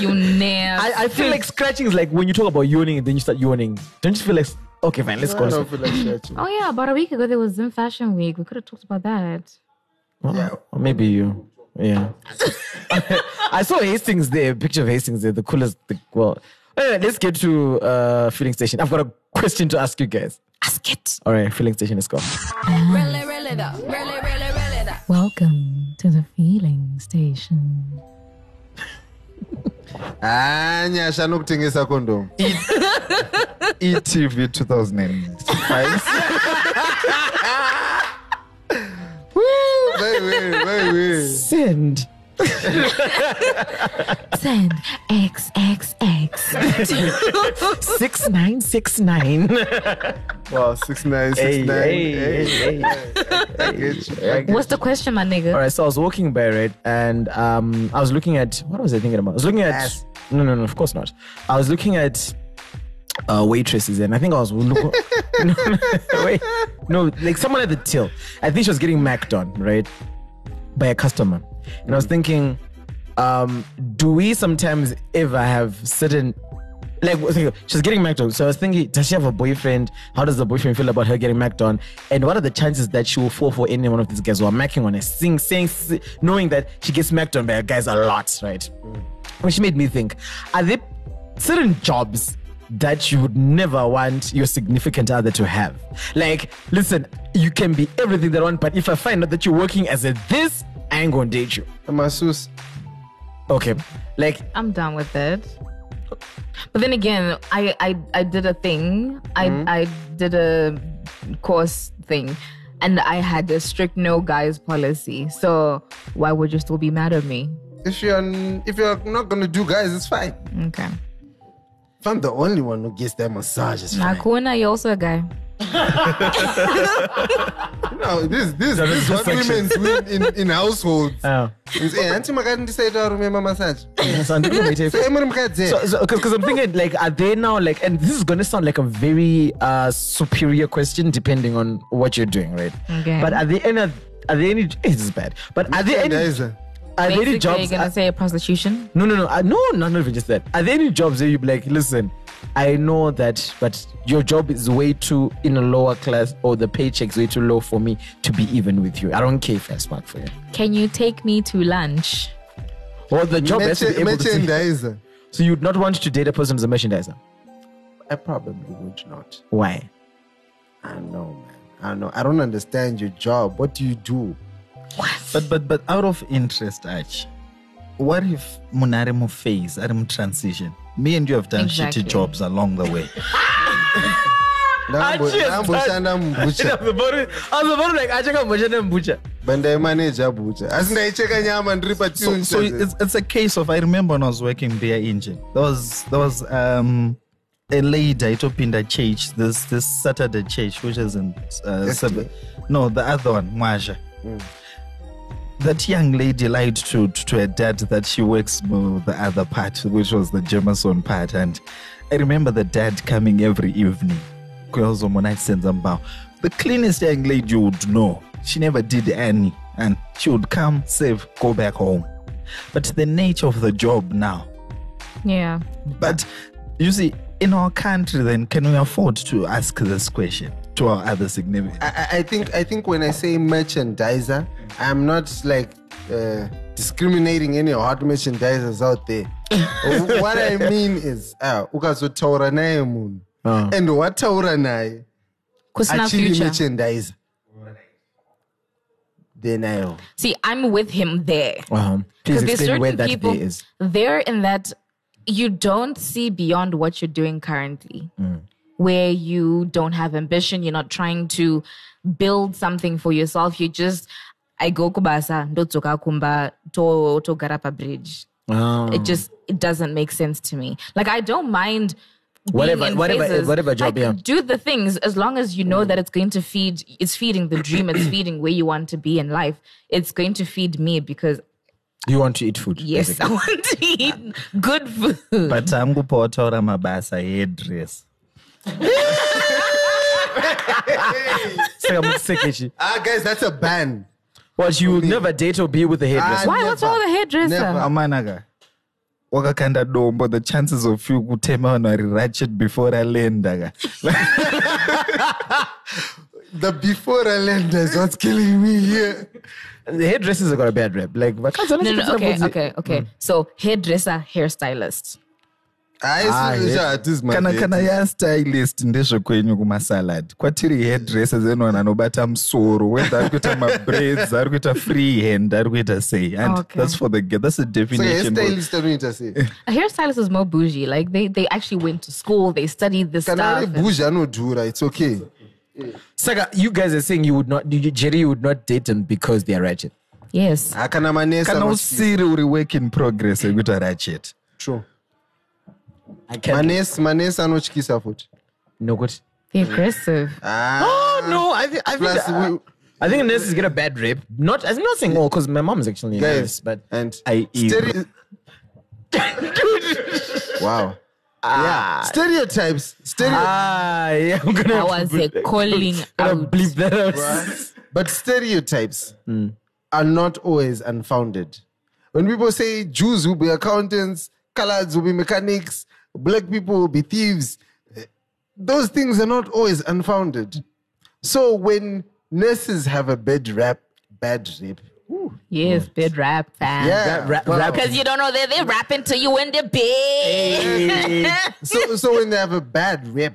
Speaker 3: You never.
Speaker 5: I, I feel like scratching is like when you talk about yawning, then you start yawning. Don't you feel like okay, fine, let's
Speaker 4: I
Speaker 5: go.
Speaker 4: don't feel like scratching.
Speaker 3: Oh yeah, about a week ago there was Zim Fashion Week. We could have talked about that.
Speaker 5: Well, or maybe you. Yeah. I saw Hastings there, picture of Hastings there, the coolest. The, well, anyway, let's get to uh, filling station. I've got a question to ask you guys.
Speaker 3: Ask it.
Speaker 5: All right, filling station, let's go.
Speaker 8: Really, really, though. Really, really, really, though.
Speaker 3: Welcome to the feeling station.
Speaker 4: anyasha nokutengesa kondom
Speaker 6: E ETV 2005.
Speaker 5: Send.
Speaker 3: Send XXX.
Speaker 5: 6969.
Speaker 4: wow 6969
Speaker 5: Hey, hey, hey,
Speaker 4: I get you. I get
Speaker 3: What's the question, my nigga?
Speaker 5: All right, so I was walking by right, and um, I was looking at what was I thinking about? I was looking at
Speaker 4: Ass.
Speaker 5: no, no, no, of course not. I was looking at uh, waitresses, and I think I was looking. no, no, wait, no, like someone at the till. I think she was getting macked on, right, by a customer, and I was thinking, um, do we sometimes ever have certain like was thinking- she's getting macked on. So I was thinking, does she have a boyfriend? How does the boyfriend feel about her getting macked on? And what are the chances that she will fall for any one of these guys who are macking on her? Seeing, saying, se- knowing that she gets macked on by guys a lot, right? Which made me think, are there certain jobs that you would never want your significant other to have? Like, listen, you can be everything that I want, but if I find out that you're working as a this, I ain't gonna date you.
Speaker 4: you. masus
Speaker 5: Okay. Like,
Speaker 3: I'm done with it. But then again, I I, I did a thing. I I did a course thing, and I had a strict no guys policy. So why would you still be mad at me?
Speaker 4: if you're n- if you're not gonna do guys it's fine
Speaker 3: Okay.
Speaker 4: if i'm the only one who gets that massage it's fine
Speaker 3: Nakuna, you're also a guy.
Speaker 4: no this this
Speaker 5: That
Speaker 4: this
Speaker 5: is
Speaker 4: is what
Speaker 5: perfection.
Speaker 4: women do in, in, in households
Speaker 5: oh.
Speaker 4: It's, eh, auntie makandisaita arume mamassage
Speaker 5: So I'm doing my tape.
Speaker 4: so emuri mukadzi here.
Speaker 5: So, because I'm thinking, like, are they now like, and this is gonna sound like a very uh superior question, depending on what you're doing, right?
Speaker 3: Okay.
Speaker 5: But are there any? Are there any? This is bad. But are there any?
Speaker 4: Merchandiser.
Speaker 5: Are there any
Speaker 3: Basically,
Speaker 5: jobs?
Speaker 3: you're gonna
Speaker 5: uh,
Speaker 3: say prostitution.
Speaker 5: no, no, no, uh, no, no, not even just that. Are there any jobs where you be like, listen, I know that, but your job is way too in a lower class, or the paycheck's way too low for me to be even with you. I don't care if I smack for you.
Speaker 3: Can you take me to lunch?
Speaker 5: Or the job has to be
Speaker 4: Mercha-
Speaker 5: able to.
Speaker 4: merchandiser
Speaker 5: So you'd not want to date a person who's a merchandiser.
Speaker 4: i probably would not
Speaker 5: Why?
Speaker 4: i know man i know i don't understand your job what do you do
Speaker 6: but but but out of interest, Arch, what if Munarimo phase, Arim transition? Me and you have done
Speaker 3: Exactly.
Speaker 6: shitty jobs along the way.
Speaker 4: Nambo-
Speaker 5: Achoo,
Speaker 4: namboshanda mubucha
Speaker 5: I was about to like, I check out Mojana and Butcher.
Speaker 4: bandaimaneja bucha asi ndaicheka nyama ndiri
Speaker 6: so,
Speaker 4: patiuni
Speaker 6: so it's, it's a case of I remember when I was working beer engine. There was there was um a lady I took in the church this this Saturday church which isn't uh, Sab- no the other one Maja. That young lady lied to to her dad that she works for the other part, which was the Jameson part, and I remember the dad coming every evening. Girls on night sends them bow. The cleanest young lady you would know. She never did any, and she would come, save, go back home. But the nature of the job now.
Speaker 3: Yeah.
Speaker 6: But you see, in our country, then can we afford to ask this question to our other significant?
Speaker 4: I, I- I think I think when I say merchandiser, I'm not like uh, discriminating any hot merchandisers out there. what I mean is, uh, ukazotaura naye munhu
Speaker 6: Ah.
Speaker 4: and wataura naye
Speaker 3: Kusina
Speaker 4: achiri
Speaker 3: future.
Speaker 4: merchandiser, then I
Speaker 3: See, I'm with him there.
Speaker 5: Um, please
Speaker 3: Because there's
Speaker 5: explain where
Speaker 3: certain
Speaker 5: that
Speaker 3: people
Speaker 5: day is.
Speaker 3: there in that you don't see beyond what you're doing currently,
Speaker 5: Hmm.
Speaker 3: where you don't have ambition, you're not trying to build something for yourself. You just, I go kubasa, ndotoka kumba, to to garapa bridge.
Speaker 5: Um, Hmm.
Speaker 3: It just it doesn't make sense to me. Like I don't mind. being
Speaker 5: Whatever-
Speaker 3: in
Speaker 5: whatever-
Speaker 3: phases.
Speaker 5: whatever job,
Speaker 3: Like,
Speaker 5: yeah. Hmm.
Speaker 3: do the things as long as you know that it's going to feed it's feeding the dream it's feeding where you want to be in life it's going to feed me because
Speaker 5: You want to eat food?
Speaker 3: yes i want to eat good food
Speaker 6: But tangupotora mabasa hairdress.
Speaker 5: Yes.
Speaker 4: Ah, guys, that's a ban.
Speaker 5: what you will never date or be with a hairdresser.
Speaker 3: why what's wrong with a hairdresser
Speaker 4: Never.
Speaker 6: Amanaga. wakakanda dombo the chances of you kutema vanhu vari ratchet before alenda
Speaker 4: The before I land is what's killing me here.
Speaker 5: The hairdressers have got a bad rep. Like,
Speaker 3: no, no, okay, okay, okay. So hairdresser, hairstylist.
Speaker 6: Ah,
Speaker 4: Aye,
Speaker 6: yeah.
Speaker 4: yeah, this is my
Speaker 6: kana
Speaker 4: date.
Speaker 6: kana yastylist ndezvekwenyu kumasalad kwatiri headdresses enowana anobata musoro whether ari kuita mabraids ari kuita free hand ari kuita sei and
Speaker 3: Okay.
Speaker 6: that's for the girl that's a
Speaker 4: So
Speaker 6: definition for-
Speaker 4: hairstylist anoita sei
Speaker 3: A hairstylist is more bougie. Like they, they actually went to school, they studied this
Speaker 4: kana ari
Speaker 3: stuff. and-
Speaker 4: bhuzha anodhura its okay
Speaker 5: Saka, you guys are saying you would not, you, Jerry, you would not date them because they are ratchet.
Speaker 3: yes.
Speaker 4: hakana manesa
Speaker 6: kana
Speaker 4: masi-
Speaker 6: usiri uri work in progress ekuita ratchet
Speaker 4: True.
Speaker 5: I can't.
Speaker 4: manesi manesi anotyisa futi
Speaker 5: No good.
Speaker 3: They're aggressive.
Speaker 5: Oh no, I think I think,
Speaker 4: Ah, Plus,
Speaker 5: uh,
Speaker 4: we-
Speaker 5: I think nurses get a bad rep. Not I'm not saying all because my mom is actually a nurse,
Speaker 4: guys
Speaker 5: but
Speaker 4: and
Speaker 6: I eat.
Speaker 4: Stere- wow yeah stereotypes stereo-
Speaker 5: ah yeah, I'm gonna.
Speaker 3: I was uh, calling
Speaker 5: I
Speaker 3: out.
Speaker 5: believe that. out.
Speaker 4: but stereotypes are not always unfounded when people say jews will be accountants coloreds will be mechanics black people will be thieves eh, those things are not always unfounded so when nurses have a bad rap bad rap
Speaker 3: Yes, bad rap fam.
Speaker 4: yeah
Speaker 5: rap-
Speaker 4: wow.
Speaker 5: rap-
Speaker 3: Because you don't know, they're, they're rapping to you in the bed.
Speaker 4: so, so when they have a bad rep,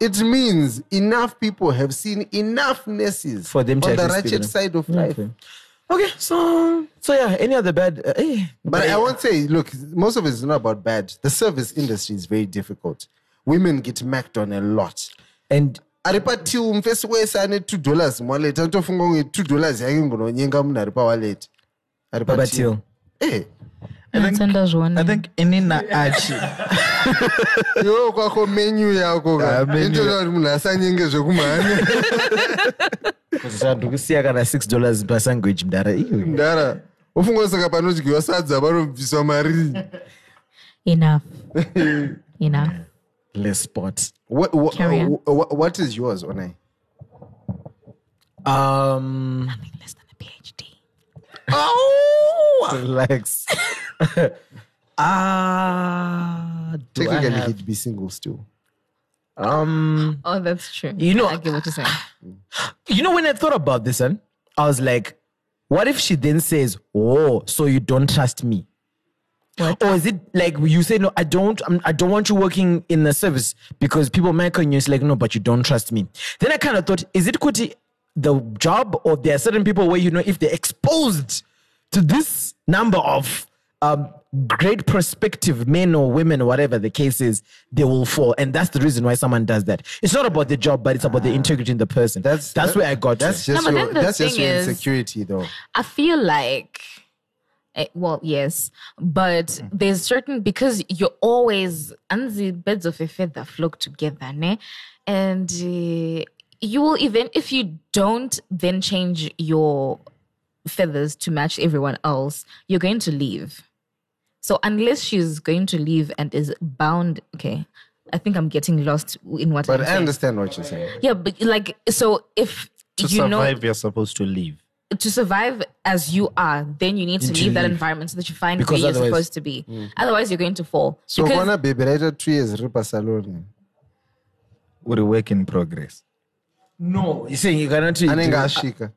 Speaker 4: it means enough people have seen enough nurses
Speaker 5: For them to
Speaker 4: on the
Speaker 5: actually speak
Speaker 4: ratchet
Speaker 5: it up.
Speaker 4: side of life.
Speaker 5: Okay. Okay, so so yeah, any other bad? Uh, eh,
Speaker 4: But I won't say, look, most of it's not about bad. The service industry is very difficult. Women get macked on a lot.
Speaker 5: and
Speaker 4: ari patiwo mufesi wese ane two dollars muwaleti anotofunga kunge two dollars yake ngononyenga munhu ari pawaleti ari
Speaker 5: Baba
Speaker 4: patiwo.
Speaker 5: Till.
Speaker 4: Eh,
Speaker 6: i think inina achi
Speaker 4: iwewe kwako menyu yako ka.
Speaker 6: Ah, menu
Speaker 4: Inotoita kuti munhu asanyenge zvekumhanya
Speaker 5: ndikusiya kana six dollars pasandwich mdara Ew.
Speaker 4: ndara ofunga saka panodyiwa sadza panobviswa mari
Speaker 3: Enough. Enough.
Speaker 5: less spot
Speaker 4: what, what, uh,
Speaker 3: Carry on.
Speaker 4: what is yours onai
Speaker 5: um
Speaker 3: Nothing less than a PhD.
Speaker 5: oh relax ah do I
Speaker 4: technically
Speaker 5: have-
Speaker 4: he'd be single still
Speaker 5: um
Speaker 3: Oh, that's true.
Speaker 5: You know-
Speaker 3: I get what you're saying.
Speaker 5: you know when i thought about this and i was like what if she then says oh so you don't trust me
Speaker 3: What?
Speaker 5: or is it like you say no i don't I'm, i don't want you working in the service because people might on you it's like no but you don't trust me then i kind of thought is it kuti the job or there are certain people where you know if they're exposed to this number of um, great prospective men or women or whatever the case is they will fall and that's the reason why someone does that it's not about the job but it's about the integrity in the person that's that's where i got
Speaker 4: that's
Speaker 5: to.
Speaker 4: just
Speaker 3: No, but
Speaker 4: your,
Speaker 3: then the
Speaker 4: that's just
Speaker 3: thing
Speaker 4: your
Speaker 3: is-
Speaker 4: insecurity though
Speaker 3: I feel like, eh, well, yes, but there's certain because you're always and the birds of a feather flock together, ne? And eh, you will even if you don't then change your feathers to match everyone else, you're going to leave. So unless she's going to leave and is bound, okay. I think I'm getting lost in what
Speaker 4: but
Speaker 3: I'm
Speaker 4: i
Speaker 3: saying.
Speaker 4: understand what you're saying
Speaker 3: Yeah, but like so if you know
Speaker 6: you're supposed to leave
Speaker 3: to survive as you are, then you need to
Speaker 5: Need to
Speaker 3: leave that
Speaker 5: leave.
Speaker 3: environment so that you find
Speaker 5: Because
Speaker 3: where you're
Speaker 5: otherwise- Mm.
Speaker 3: supposed to be. Otherwise, you're going to fall.
Speaker 4: so
Speaker 3: Because-
Speaker 4: kwana baby raita two years riri pasaloni
Speaker 6: uri work in progress
Speaker 5: no you're saying you cannot
Speaker 4: anenge asvika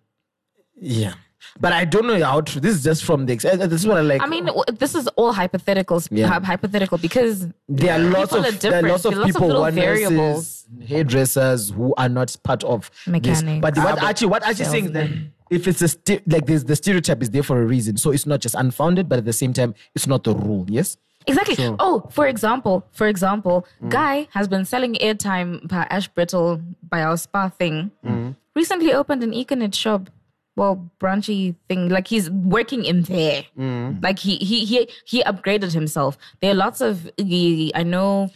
Speaker 5: yeah but i don't know how true this is just from the ex- eh, this is what i like
Speaker 3: I mean, w- this is all hypothetical, sp-
Speaker 5: Yeah.
Speaker 3: hy- hypothetical because
Speaker 5: there are lots
Speaker 3: people are
Speaker 5: of there are
Speaker 3: different.
Speaker 5: lots of
Speaker 3: There are lots of
Speaker 5: people
Speaker 3: little
Speaker 5: who are
Speaker 3: variables.
Speaker 5: nurses, hairdressers who are not part of This.
Speaker 3: Mechanics. uh,
Speaker 5: But what actually what actually saying is that if it's a ste- like this, the stereotype is there for a reason, so it's not just unfounded, but at the same time, it's not the rule. Yes.
Speaker 3: exactly. Oh, for example, for example,
Speaker 6: Mm.
Speaker 3: guy has been selling airtime by Ash Brittle by our spa thing.
Speaker 6: Mm.
Speaker 3: Recently opened an Econet shop. Well, branchy thing. Like he's working in there.
Speaker 6: Mm.
Speaker 3: Like he he he he upgraded himself. There are lots of eh, I know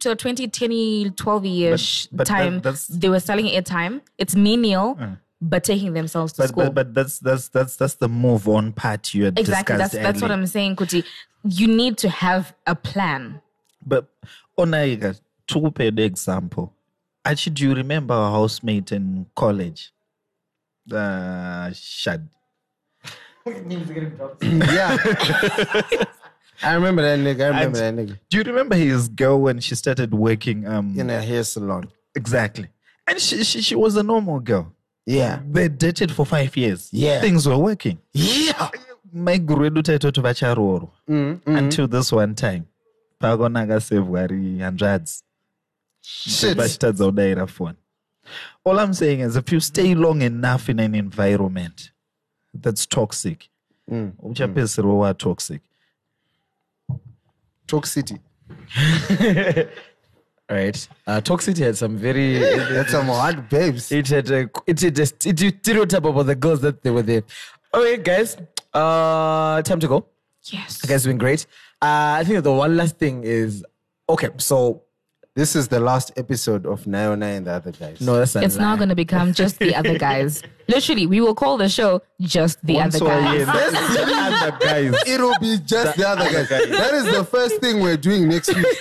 Speaker 3: to 2010 12 ish
Speaker 6: But- but that-
Speaker 3: time
Speaker 6: that's- Mm.
Speaker 3: they were selling airtime it's menial but taking themselves to
Speaker 6: but,
Speaker 3: school
Speaker 6: but but that's that's that's that's the move on part you had
Speaker 3: exactly that's
Speaker 6: discussed
Speaker 3: that's what
Speaker 6: earlier.
Speaker 3: i'm saying kuti you need to have a plan
Speaker 6: But Onaika, to pay the example, actually, do you remember our housemate in college? Uh, Shad.
Speaker 4: yeah i remember that nigga i remember that nigga
Speaker 6: Do you remember his girl when she started working? Um,
Speaker 4: in a hair salon
Speaker 6: exactly. And she, she she was a normal girl.
Speaker 4: yeah
Speaker 6: They dated for five years.
Speaker 4: Yeah.
Speaker 6: things were working. Yeah, my guru until this one time. paakaona akasevhwa ari hundreds
Speaker 4: Shit.
Speaker 6: vachitadza kudayira phone all i'm saying is if you stay long enough in an environment that's toxic uchapedzisirwa wa toxic
Speaker 4: Talk City.
Speaker 5: Right. Uh, Toxicity had some very.
Speaker 4: That's some hard babes.
Speaker 5: It had a, it had a st- it stereotype about the girls that they were there. All right, guys. Uh, time to go.
Speaker 3: Yes.
Speaker 5: You guys doing great. Uh, I think the one last thing is okay. So
Speaker 4: This is the last episode of Nayona and the other guys.
Speaker 5: no, that's a
Speaker 3: It's now
Speaker 5: lie.
Speaker 3: going to become just the other guys. Literally, we will call the show just the
Speaker 6: Once
Speaker 3: other
Speaker 6: or a year,
Speaker 3: guys.
Speaker 6: that's the other guys
Speaker 4: It'll be just the other guys. That is the first thing we're doing next week.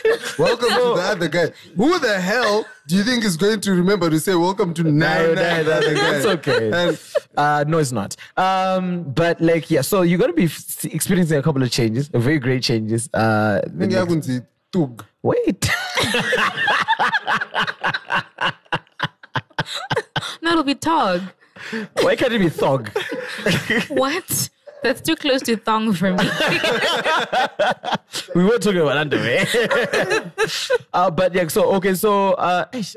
Speaker 4: Welcome to the other guys. Who the hell do you think is going to remember to say welcome to Nayona and the other guys?
Speaker 5: It's okay.
Speaker 4: And
Speaker 5: Uh, no, it's not. Um, but like, yeah. So you're gonna be f- experiencing a couple of changes, very great changes. Uh, the
Speaker 4: Think
Speaker 5: next-
Speaker 4: hakunzi Tug.
Speaker 5: wait.
Speaker 3: No, it'll be Tog.
Speaker 5: Why can't it be thug?
Speaker 3: What? That's too close to thong for me.
Speaker 5: we were talking about underwear. uh, but yeah, so okay, so uh, eish,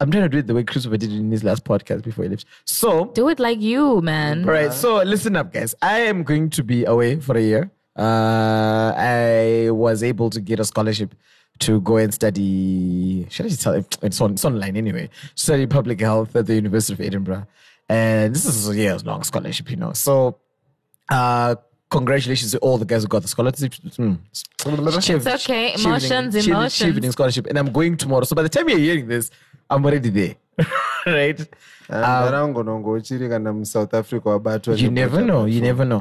Speaker 5: I'm trying to do it the way Christopher did it in his last podcast before he left. So
Speaker 3: Do it like you, man.
Speaker 5: all right, so listen up, guys. I am going to be away for a year. Uh, I was able to get a scholarship to go and study. Should I just tell? It's, on, it's online anyway. Study public health at the University of Edinburgh, and this is a years long scholarship, you know. So, uh, congratulations to all the guys who got the scholarship. Mm. It's
Speaker 3: okay. Emotions, emotions.
Speaker 5: scholarship, and I'm going tomorrow. So by the time you're hearing this, I'm already there, right?
Speaker 4: Ah, arangonongochiri kana musouth africa wabatwa
Speaker 5: Ah. You never know. You never know.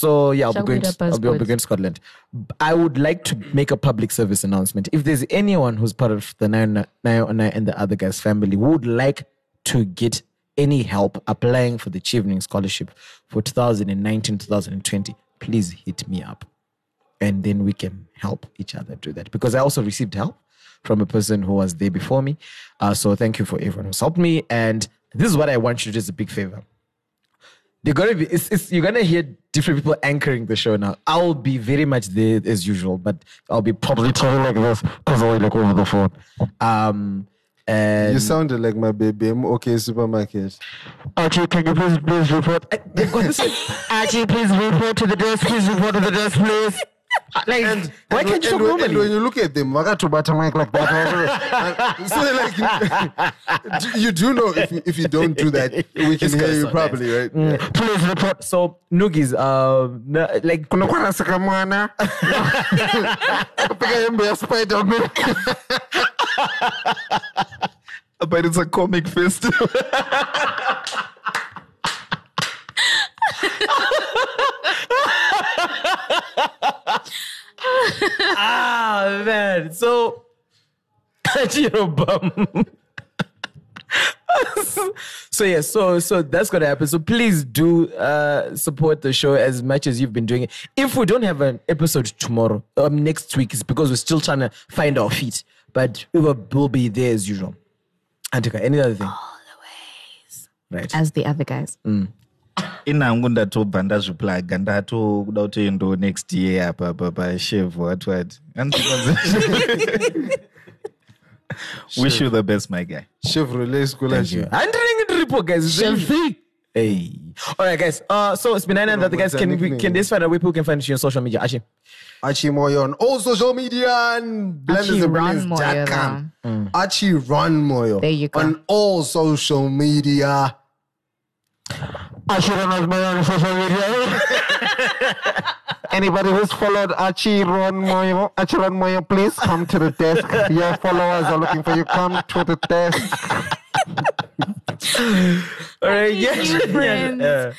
Speaker 5: So yeah, I'll be
Speaker 3: Shall we
Speaker 5: going.
Speaker 3: do a
Speaker 5: To, I'll, be, I'll be
Speaker 3: passport?
Speaker 5: going to Scotland. B- I would like to make a public service announcement. If there's anyone who's part of the Nine and the other guys family who would like to get any help applying for the Chevening scholarship for 2019-2020, please hit me up, and then we can help each other do that. Because I also received help from a person who was there before me. Uh, so thank you for everyone who's helped me. And this is what I want you to do as a big favor they're gonna be it's, it's, you're gonna hear different people anchoring the show now i'll be very much there as usual but i'll be probably talking like this because i'll like over the phone um and
Speaker 4: you sounded like my baby I'm okay supermarket
Speaker 5: Archie, can you please please report? I, they've got this. Archie, please report to the desk. Please report to the desk, please. Uh, Like, why
Speaker 4: And
Speaker 5: can't you
Speaker 4: when-
Speaker 5: talk
Speaker 4: and when- and when
Speaker 5: normally?
Speaker 4: you look at them vakatobata mic like that so they're like do- you do know if you, if you don't do that we can
Speaker 5: It's
Speaker 4: hear
Speaker 5: gonna
Speaker 4: you
Speaker 5: sound nice.
Speaker 4: properly right
Speaker 5: Mm, Please report. So, Noogies, um, no, like,
Speaker 4: kunokwanasika mwana kupfeka hembe yaspiderman
Speaker 6: but it's a comic festival
Speaker 5: ah, man. So, Jiro Bum. so yeah, so so that's gonna happen. So please do uh, support the show as much as you've been doing it. If we don't have an episode tomorrow, um, next week, it's because we're still trying to find our feet. But we will, will be there as usual. Antika, any other thing? All the ways. Right.
Speaker 3: As the other guys.
Speaker 6: inhangu ndatobva ndazviplaga ndatokuda kuti ndo next year apa apa pashevhu wati wati wish you the best my guy
Speaker 4: chevrolet scholarship
Speaker 5: Handling the report, guys. It's very big. Hey. All right, guys. Uh, so it's been nine and the other guys. Can we can this find a way people can find you on social media? Actually,
Speaker 4: Archie Moyo on all social media and blendersandbrilliance.com. Archie Ron Moyo.
Speaker 3: Mm. There you go.
Speaker 4: On all social media. Archie Ron Moyo on social media. Anybody who's followed Archie Ron Moyo, Archie Ron Moyo, please come to the desk. Your followers are looking for you. Come to the desk.
Speaker 5: all right,
Speaker 3: Thank
Speaker 5: yes,
Speaker 3: you,
Speaker 5: yes,
Speaker 3: friends.
Speaker 5: uh,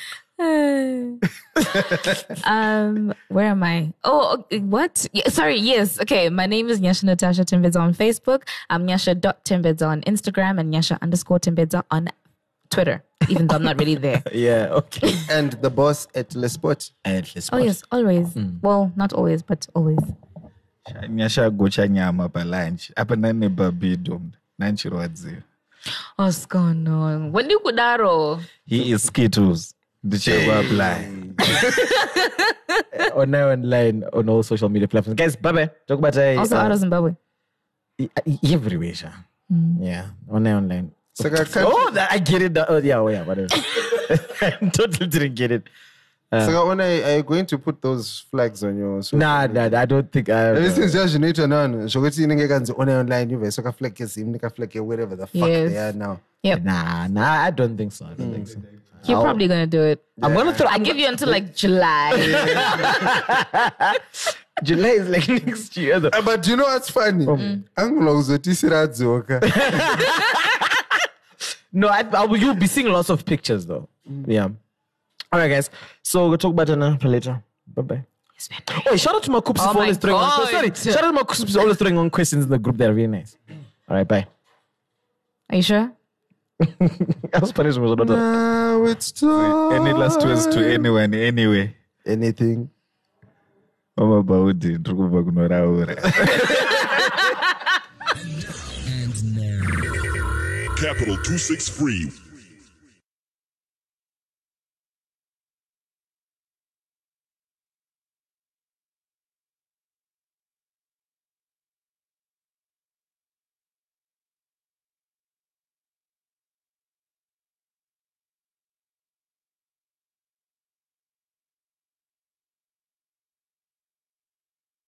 Speaker 3: um, where am I? Oh, okay, what? Yeah, sorry, yes. Okay, my name is Nyasha Natasha Timbeds on Facebook. I'm Nyasha.timbeds on Instagram and Nyasha underscore Timbeds on Twitter, even though I'm not really there.
Speaker 5: yeah, okay.
Speaker 4: And the boss at Lesport.
Speaker 3: Oh, yes, always. Well, not always, but always.
Speaker 6: nyashagocha nyama palunch apa ndane babido nanchirwadziwa
Speaker 3: What's going on? When you could arrow?
Speaker 6: he is skittles ndichekwa apply
Speaker 5: on now online on all social media platforms. Guys, bye bye. Talk about uh,
Speaker 3: Also out of Zimbabwe.
Speaker 5: e- e- everywhere. sha.
Speaker 3: Mm.
Speaker 5: Yeah, on now online.
Speaker 4: Saka country,
Speaker 5: Oh, that, I get it. now. Oh, yeah, oh, yeah, whatever. I totally didn't get it.
Speaker 4: Saka, when are, are you going to put those flags on your social
Speaker 5: Nah, nah, I don't think. I,
Speaker 4: everything zvazvinoitwa nhano zvokuti inenge kanzi ona online imva isoka flake zimu nekaflake wherever the fuck
Speaker 3: Yes.
Speaker 4: they are now
Speaker 3: Yep.
Speaker 5: nah, nah, I don't think so. I don't think so.
Speaker 3: You're probably gonna do it.
Speaker 5: Mm. I'm gonna throw.
Speaker 3: I
Speaker 5: I'm,
Speaker 3: give you until like July.
Speaker 5: July is like next year. Though.
Speaker 4: Uh, but you know what's funny angola kuzotisira adzoka
Speaker 5: No, I, I, will- you'll be seeing lots of pictures though. Yeah. All right, guys. So we'll talk about it now later. Bye bye.
Speaker 3: It's been nice.
Speaker 5: Hey, shout out to my coops
Speaker 3: Oh
Speaker 5: for
Speaker 3: my
Speaker 5: always throwing on.
Speaker 3: God.
Speaker 5: Sorry, shout out to my coops for always throwing on questions in the group. They're really nice. All right, bye.
Speaker 3: Are you sure?
Speaker 5: I was punished with another.
Speaker 4: now it's time
Speaker 6: any last words to anyone anyway
Speaker 4: anything
Speaker 6: vamabhaudhi ndiri kubva kunoraura
Speaker 2: Capital 263